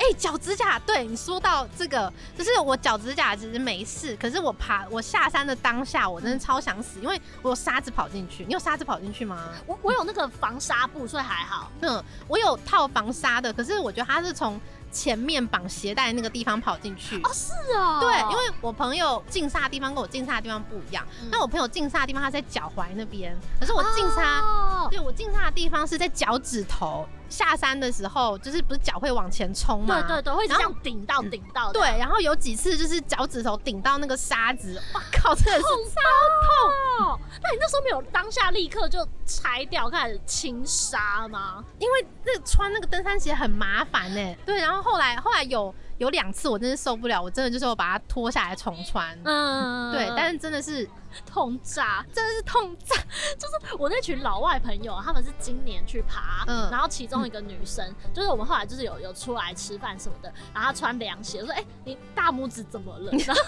Speaker 3: 哎、脚指甲，对你说到这个，就是我脚指甲其实没事，可是我爬我下山的当下，我真
Speaker 2: 嗯
Speaker 3: 的超想死，因为我有沙子跑进去。你有沙子跑进去吗？
Speaker 2: 我我有那个防纱布，所以还好。
Speaker 3: 嗯，我有套防沙的，可是我觉得它是从前面绑鞋带那个地方跑进去。
Speaker 2: 哦，是哦。
Speaker 3: 对，因为我朋友进沙的地方跟我进沙的地方不一样。
Speaker 2: 嗯
Speaker 3: 那我朋友进沙的地方，他在脚踝那边，可是我进沙，
Speaker 2: 哦
Speaker 3: 对我进沙的地方是在脚趾头。下山的时候，就是不是脚会往前冲吗？
Speaker 2: 对对对，会一直这
Speaker 3: 然
Speaker 2: 样顶到顶到的。
Speaker 3: 对，啊然后有几次就是脚趾头顶到那个沙子，哇靠，真的是
Speaker 2: 哦，那你那时候没有当下立刻就拆掉开始清沙吗？
Speaker 3: 因为这穿那个登山鞋很麻烦欸呢、对，然后后来后来有有两次我真是受不了，我真的就是我把它脱下来重穿。
Speaker 2: 嗯，
Speaker 3: 对，但是真的是
Speaker 2: 痛炸。
Speaker 3: 真的是痛炸，
Speaker 2: 就是我那群老外朋友，他们是今年去爬，
Speaker 3: 嗯
Speaker 2: 然后其中一个女生，就是我们后来就是有有出来吃饭什么的，然后她穿凉鞋，我说：“哎、你大拇指怎么了？” 然后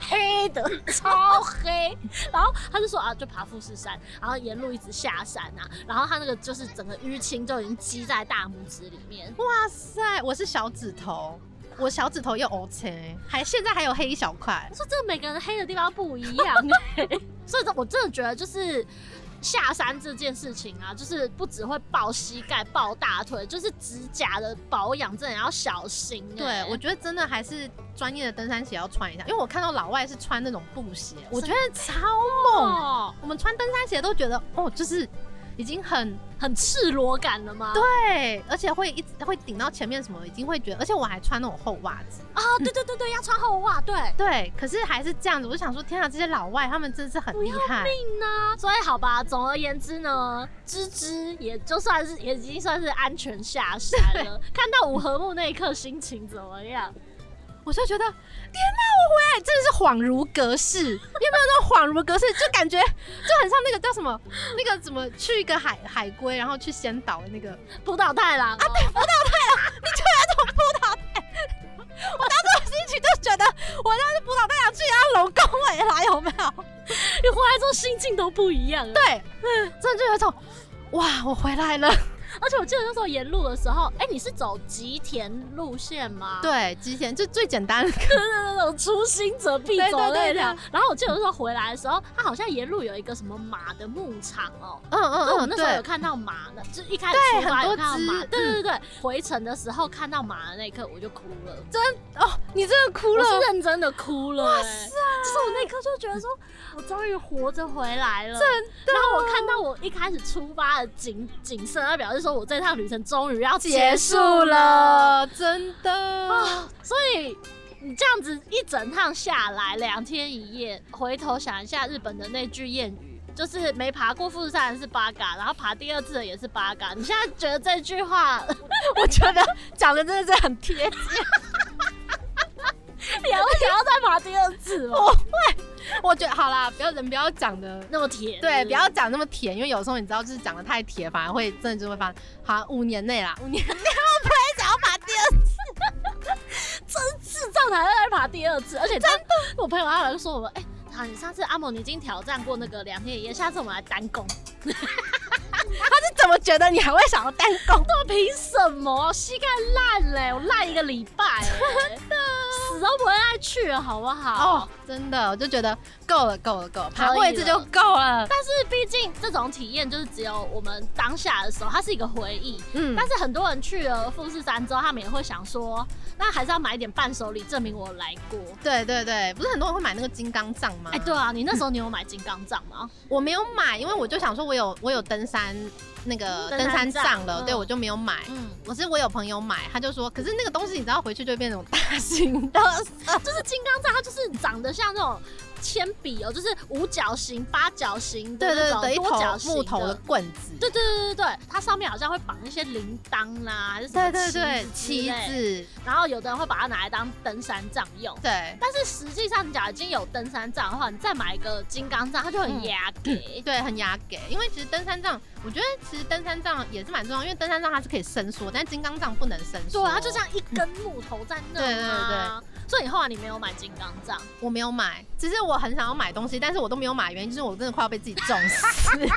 Speaker 2: 黑的超黑，然后她就说：“啊，就爬富士山，然后沿路一直下山啊，然后她那个就是整个淤青就已经积在大拇指里面。”
Speaker 3: 哇塞，我是小指头，我小指头又 O K，还现在还有黑一小块
Speaker 2: 我。说：“这每个人黑的地方不一样、欸， 所以这我真的觉得就是。”下山这件事情啊，就是不只会抱膝盖、抱大腿，就是指甲的保养真的要小心、欸。
Speaker 3: 对，我觉得真的还是专业的登山鞋要穿一下，因为我看到老外是穿那种布鞋，我觉得超猛的
Speaker 2: 哦，
Speaker 3: 我们穿登山鞋都觉得哦，就是已经很
Speaker 2: 很赤裸感了吗？
Speaker 3: 对，而且会一直会顶到前面什么，已经会觉得，而且我还穿那种厚袜子，
Speaker 2: 啊，对对对对，要穿厚袜，对。
Speaker 3: 对，可是还是这样子，我就想说，天啊，这些老外他们真是很厉害，
Speaker 2: 那啊所以好吧，总而言之呢，芝芝也就算是也已经算是安全下山了。看到五合目那一刻，心情怎么样？
Speaker 3: 我就觉得，天哪，我回来真的是恍如隔世，有没有那种恍如隔世，就感觉就很像那个叫什么，那个怎么去一个海海龟，然后去仙岛的那个，
Speaker 2: 浦岛太郎啊，对，
Speaker 3: 我心情就觉得我当时辅导大家去到龙宫尾来，有没有？
Speaker 2: 你 回来之后心境都不一样了。啊
Speaker 3: 对，真的就有一种，哇，我回来了。
Speaker 2: 而且我记得那时候沿路的时候，哎、你是走吉田路线吗？
Speaker 3: 对，吉田就最简单的，
Speaker 2: 那种初心者必
Speaker 3: 对
Speaker 2: 走
Speaker 3: 对
Speaker 2: 那
Speaker 3: 对
Speaker 2: 一条。然后我记得那时候回来的时候，他好像沿路有一个什么马的牧场哦。
Speaker 3: 嗯
Speaker 2: 就我
Speaker 3: 嗯
Speaker 2: 们
Speaker 3: 嗯，
Speaker 2: 那时候有
Speaker 3: 对，
Speaker 2: 看到马呢，就一开始
Speaker 3: 对
Speaker 2: 出发
Speaker 3: 很
Speaker 2: 有
Speaker 3: 多
Speaker 2: 看到马，
Speaker 3: 只
Speaker 2: 对对对对，回程的时候看到马的那一刻我就哭了，
Speaker 3: 哦，你真的哭
Speaker 2: 我
Speaker 3: 了，
Speaker 2: 是认真的哭了、哇塞！就是我那一刻就觉得说，我终于活着回来了。然后我看到我一开始出发的景景色，那表示说我这趟旅程终于要
Speaker 3: 结
Speaker 2: 束
Speaker 3: 束了，真的。
Speaker 2: 啊，所以你这样子一整趟下来，两天一夜，回头想一下日本的那句谚语，就是没爬过富士山的是八嘎，然后爬第二次的也是八嘎。你现在觉得这句话
Speaker 3: 我觉得讲的真的是很贴切，
Speaker 2: 你还会想要再爬第二次哦吗？
Speaker 3: 我觉得好啦，不要人不要讲的。
Speaker 2: 那么甜，
Speaker 3: 对，
Speaker 2: 是
Speaker 3: 不要讲那么甜，因为有时候你知道，就是讲的太甜，反而会真的就会发生。好，五年内啦，五 年内我不会想要把第二
Speaker 2: 智障才在爬第二次，而且真的，我朋友他来说我们，哎、好，你上次阿某你已经挑战过那个两天一夜， 下次我们来单攻。
Speaker 3: 次，怎么觉得你还会想要单攻？
Speaker 2: 我凭什么？膝盖烂嘞，我烂一个礼拜、欸 真的，死都不会再去了，好不好？
Speaker 3: 哦，真的，我就觉得够了，够了，够了，爬
Speaker 2: 可以
Speaker 3: 过一次就够了。
Speaker 2: 但是毕竟这种体验就是只有我们当下的时候，它是一个回忆。
Speaker 3: 嗯，
Speaker 2: 但是很多人去了富士山之后，他们也会想说，那还是要买一点伴手礼证明我来过。
Speaker 3: 对对对，不是很多人会买那个金刚杖吗？
Speaker 2: 哎、对啊，你那时候你有买金刚杖吗？
Speaker 3: 我没有买，因为我就想说我有我有登山那个
Speaker 2: 登
Speaker 3: 登
Speaker 2: 山
Speaker 3: 山杖
Speaker 2: 杖
Speaker 3: 了，
Speaker 2: 嗯
Speaker 3: 对我就没有买。
Speaker 2: 嗯，
Speaker 3: 我是我有朋友买，他就说，可是那个东西你知道回去就会变成那种大型的，
Speaker 2: 就是金刚杖，它就是长得像那种铅笔哦，就是五角形、八角形的
Speaker 3: 对对
Speaker 2: 那
Speaker 3: 对，
Speaker 2: 种
Speaker 3: 一
Speaker 2: 多角
Speaker 3: 头
Speaker 2: 形
Speaker 3: 木头的棍子，
Speaker 2: 对对对对对，它上面好像会绑一些铃铛啦，还是什么
Speaker 3: 对对对，
Speaker 2: 旗
Speaker 3: 旗
Speaker 2: 之类
Speaker 3: 子，
Speaker 2: 然后有的人会把它拿来当登山杖用。
Speaker 3: 对
Speaker 2: 但是实际上，你假如已经有登山杖的话，你再买一个金刚杖，它就很压给。
Speaker 3: 对，很雅给。因为其实登山杖，我觉得其实登山杖也是蛮重要，因为登山杖它是可以伸缩，但金刚杖不能伸缩。
Speaker 2: 对啊，它就这样一根木头在那啊。对对对。所以你后来你没有买金刚杖，
Speaker 3: 我没有买，其实我很想要买东西，但是我都没有买，原因就是我真的快要被自己撞死。 对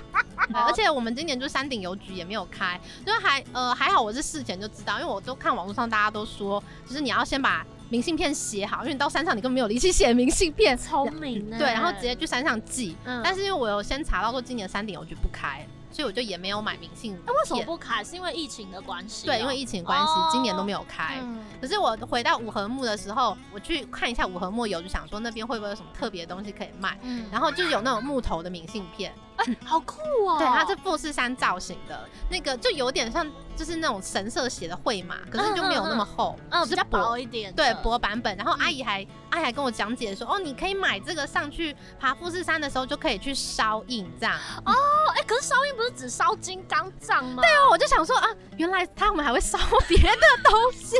Speaker 3: 而且我们今年就山顶邮局也没有开，就是还呃还好我是事前就知道，因为我都看网络上大家都说，就是你要先把明信片写好，因为你到山上你根本没有力气写明信片，
Speaker 2: 聪明呢。
Speaker 3: 对，然后直接去山上寄。
Speaker 2: 嗯。但
Speaker 3: 但
Speaker 2: 是
Speaker 3: 是因为我有先查到说今年山顶邮局不开，所以我就也没有买明信片。
Speaker 2: 哎为什么不开？是因为疫情的关系哦。
Speaker 3: 对，因为疫情关系，
Speaker 2: 哦
Speaker 3: 今年都没有开。
Speaker 2: 嗯
Speaker 3: 可是我回到五合目的时候，我去看一下五合目有，就想说那边会不会有什么特别的东西可以卖。
Speaker 2: 嗯，
Speaker 3: 然后就有那种木头的明信片，
Speaker 2: 好酷哦。
Speaker 3: 对，它是富士山造型的，那个就有点像就是那种神社写的绘马，可是就没有那么厚，
Speaker 2: 嗯，比
Speaker 3: 是
Speaker 2: 较薄
Speaker 3: 薄。
Speaker 2: 一点的，嗯
Speaker 3: 对薄版本，然后阿姨还、阿姨还跟我讲解说，哦，你可以买这个上去爬富士山的时候就可以去烧印这样。
Speaker 2: 哦，哎、可是烧印不是只烧金刚杖吗？
Speaker 3: 对啊，我就想说啊，原来他们还会烧别的东西，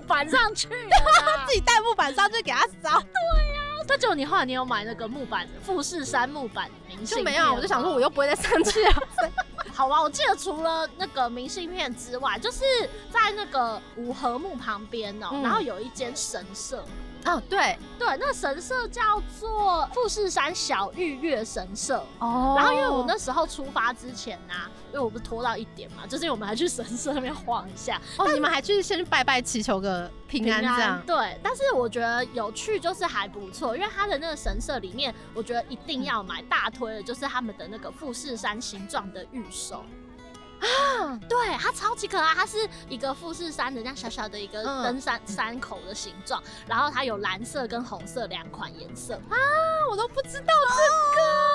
Speaker 2: 木板上去。
Speaker 3: 自己带木板上去给他烧，
Speaker 2: 那就你后来你有买那个木板富士山木板明信 片
Speaker 3: 就
Speaker 2: 吗
Speaker 3: 没有，我就啊哦想说我又不会再上去了。
Speaker 2: 好吧。我记得除了那个明信片之外，就是在那个五合木旁边哦、
Speaker 3: 嗯
Speaker 2: 然后有一间神社，
Speaker 3: 哦，对，
Speaker 2: 对，那神社叫做富士山小日月神社。
Speaker 3: 哦
Speaker 2: 然后因为我那时候出发之前呐、因为我不是拖到一点嘛，就是因为我们还去神社那边晃一下，
Speaker 3: 哦，你们还去先去拜拜，祈求个平安这样。
Speaker 2: 对，但是我觉得有趣就是还不错，因为它的那个神社里面，我觉得一定要买大推的就是他们的那个富士山形状的玉手。啊，对，它超级可爱，它是一个富士山的那样小小的一个
Speaker 3: 嗯
Speaker 2: 登山、山口的形状，然后它有蓝色跟红色两款颜色，啊，
Speaker 3: 那我都不知道哦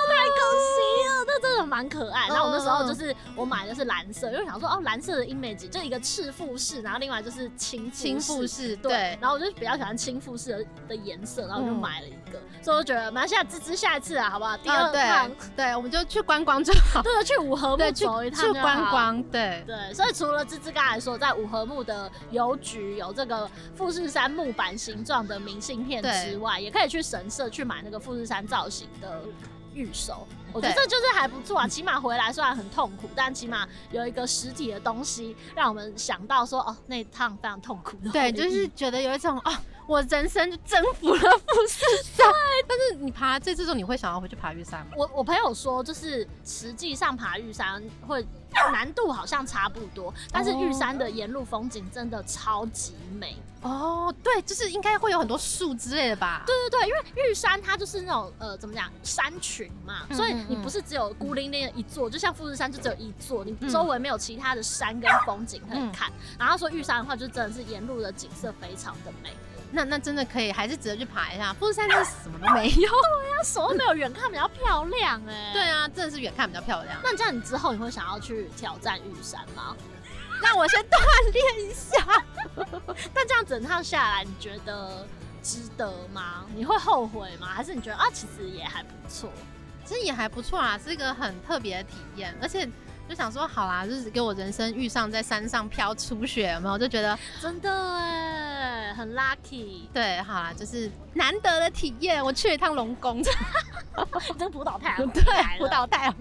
Speaker 2: 太可惜了，啊那真的蛮可爱。然后我那时候
Speaker 3: 嗯嗯嗯
Speaker 2: 就是我买的是蓝色，因为想说哦，蓝色的 image 就一个赤富士，然后另外就是青
Speaker 3: 亲父是
Speaker 2: 对
Speaker 3: 对，，
Speaker 2: 然后我就比较喜欢亲肤色的颜色，然后就
Speaker 3: 嗯
Speaker 2: 买了一个，所以我觉得蛮下芝芝下一次啊，好不好？第
Speaker 3: 啊
Speaker 2: 二趟，
Speaker 3: 对对，我们就去观光就好，
Speaker 2: 对，去五合木
Speaker 3: 对，去
Speaker 2: 走一趟
Speaker 3: 去
Speaker 2: 就好
Speaker 3: 观。光，对
Speaker 2: 对，所以除了芝芝刚才说在五合木的邮局有这个富士山木板形状的明信片
Speaker 3: 对
Speaker 2: 之外，也可以去神社去买那个富士山造型的玉手。我觉得
Speaker 3: 对
Speaker 2: 这就是还不错啊，起码回来虽然很痛苦，但起码有一个实体的东西让我们想到说，哦，那一趟非常痛苦的回忆。
Speaker 3: 对，就是觉得有一种哦，我人生就征服了富士山。但是你爬这次之后，你会想要回去爬玉山吗？
Speaker 2: 我我朋友说，就是实际上爬玉山会难度好像差不多，但是玉山的沿路风景真的超级美。
Speaker 3: 哦，对，就是应该会有很多树之类的吧？
Speaker 2: 对对对，因为玉山它就是那种呃怎么讲山群嘛，
Speaker 3: 嗯
Speaker 2: 所以
Speaker 3: 嗯
Speaker 2: 你
Speaker 3: 嗯
Speaker 2: 不是只有孤零零的一座，就像富士山就只有一座，你
Speaker 3: 嗯
Speaker 2: 周围没有其他的山跟风景可以
Speaker 3: 嗯
Speaker 2: 看。然后他说玉山的话，就真的是沿路的景色非常的美，
Speaker 3: 那那真的可以，还是值得去爬一下。富士山真的什么都没有。
Speaker 2: 它什么都没有远看比较漂亮哎、
Speaker 3: 对。啊，真的是远看比较漂亮。
Speaker 2: 那这样你之后你会想要去挑战玉山 吗？
Speaker 3: 让我先锻炼 一下。
Speaker 2: 但这样整趟下来，你觉得值得吗？你会后悔吗？还是你觉得啊，其实也还不错？
Speaker 3: 其实也还不错啊，是一个很特别的体验，而且就想说，好啦，就是给我人生遇上在山上飘初雪，有没有？就觉得
Speaker 2: 真的哎、很 lucky。
Speaker 3: 对，好啦，就是难得的体验。我去了一趟龙宫，
Speaker 2: 你这个葡萄太 阳
Speaker 3: 对，不倒带哦。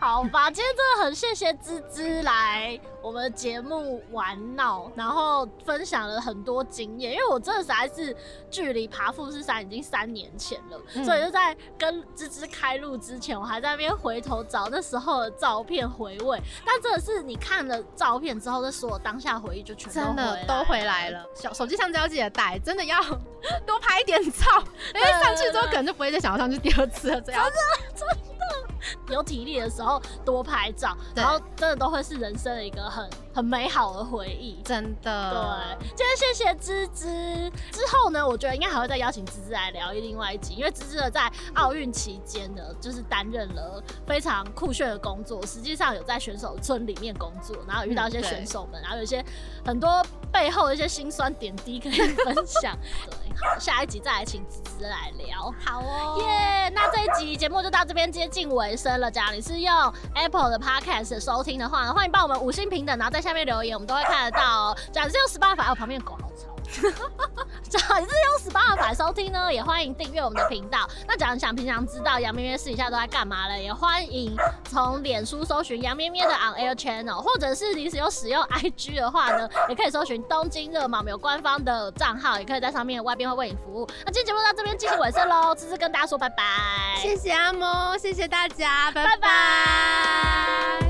Speaker 2: 好吧，今天真的很谢谢芝芝来我们的节目玩闹，然后分享了很多经验，因为我真的实在是距离爬富士山已经三年前了，
Speaker 3: 嗯
Speaker 2: 所以就在跟芝芝开录之前，我还在那边回头找那时候的照片回味。但真的是你看了照片之后，这所有当下回忆就全
Speaker 3: 真
Speaker 2: 回来
Speaker 3: 的
Speaker 2: 了
Speaker 3: 都回来了，手手机相机要记得带，真的要 多拍一点照，因为上去之后可能就不会再想要上去第二次了。这样
Speaker 2: 有体力的时候多拍照，
Speaker 3: 对
Speaker 2: 然后真的都会是人生的一个很很美好的回忆。
Speaker 3: 真的嗯
Speaker 2: 对，，今天谢谢芝芝。之后呢，我觉得应该还会再邀请芝芝来聊另外一集，因为芝芝呢在奥运期间呢，就是担任了非常酷炫的工作，实际上有在选手村里面工作，然后有遇到一些
Speaker 3: 嗯对
Speaker 2: 选手们，然后有一些很多背后的一些辛酸点滴可以分享。 对，好，下一集再来请芝芝来聊。
Speaker 3: 好哦
Speaker 2: 耶那这一集节目就到这边接近尾声了。假如你是用 Apple 的 Podcast 收听的话，欢迎帮我们五星评等，然后在下面留言，我们都会看得到哦。假如是用 Spotify，哦，旁边的狗好吵。假 如是用 Spotify 收听呢，也欢迎订阅我们的频道。那假如你想平常知道杨咩咩私底下都在干嘛了，也欢迎从脸书搜寻杨咩咩的 On Air Channel，或者是你使用使用 IG 的话呢，也可以搜寻东京热毛，我们有官方的账号，也可以在上面外边会为你服务。那今天节目到这边进行尾声喽，芝芝跟大家说拜拜，
Speaker 3: 谢谢阿嬷，谢谢大家，拜
Speaker 2: 拜
Speaker 3: 拜
Speaker 2: 拜。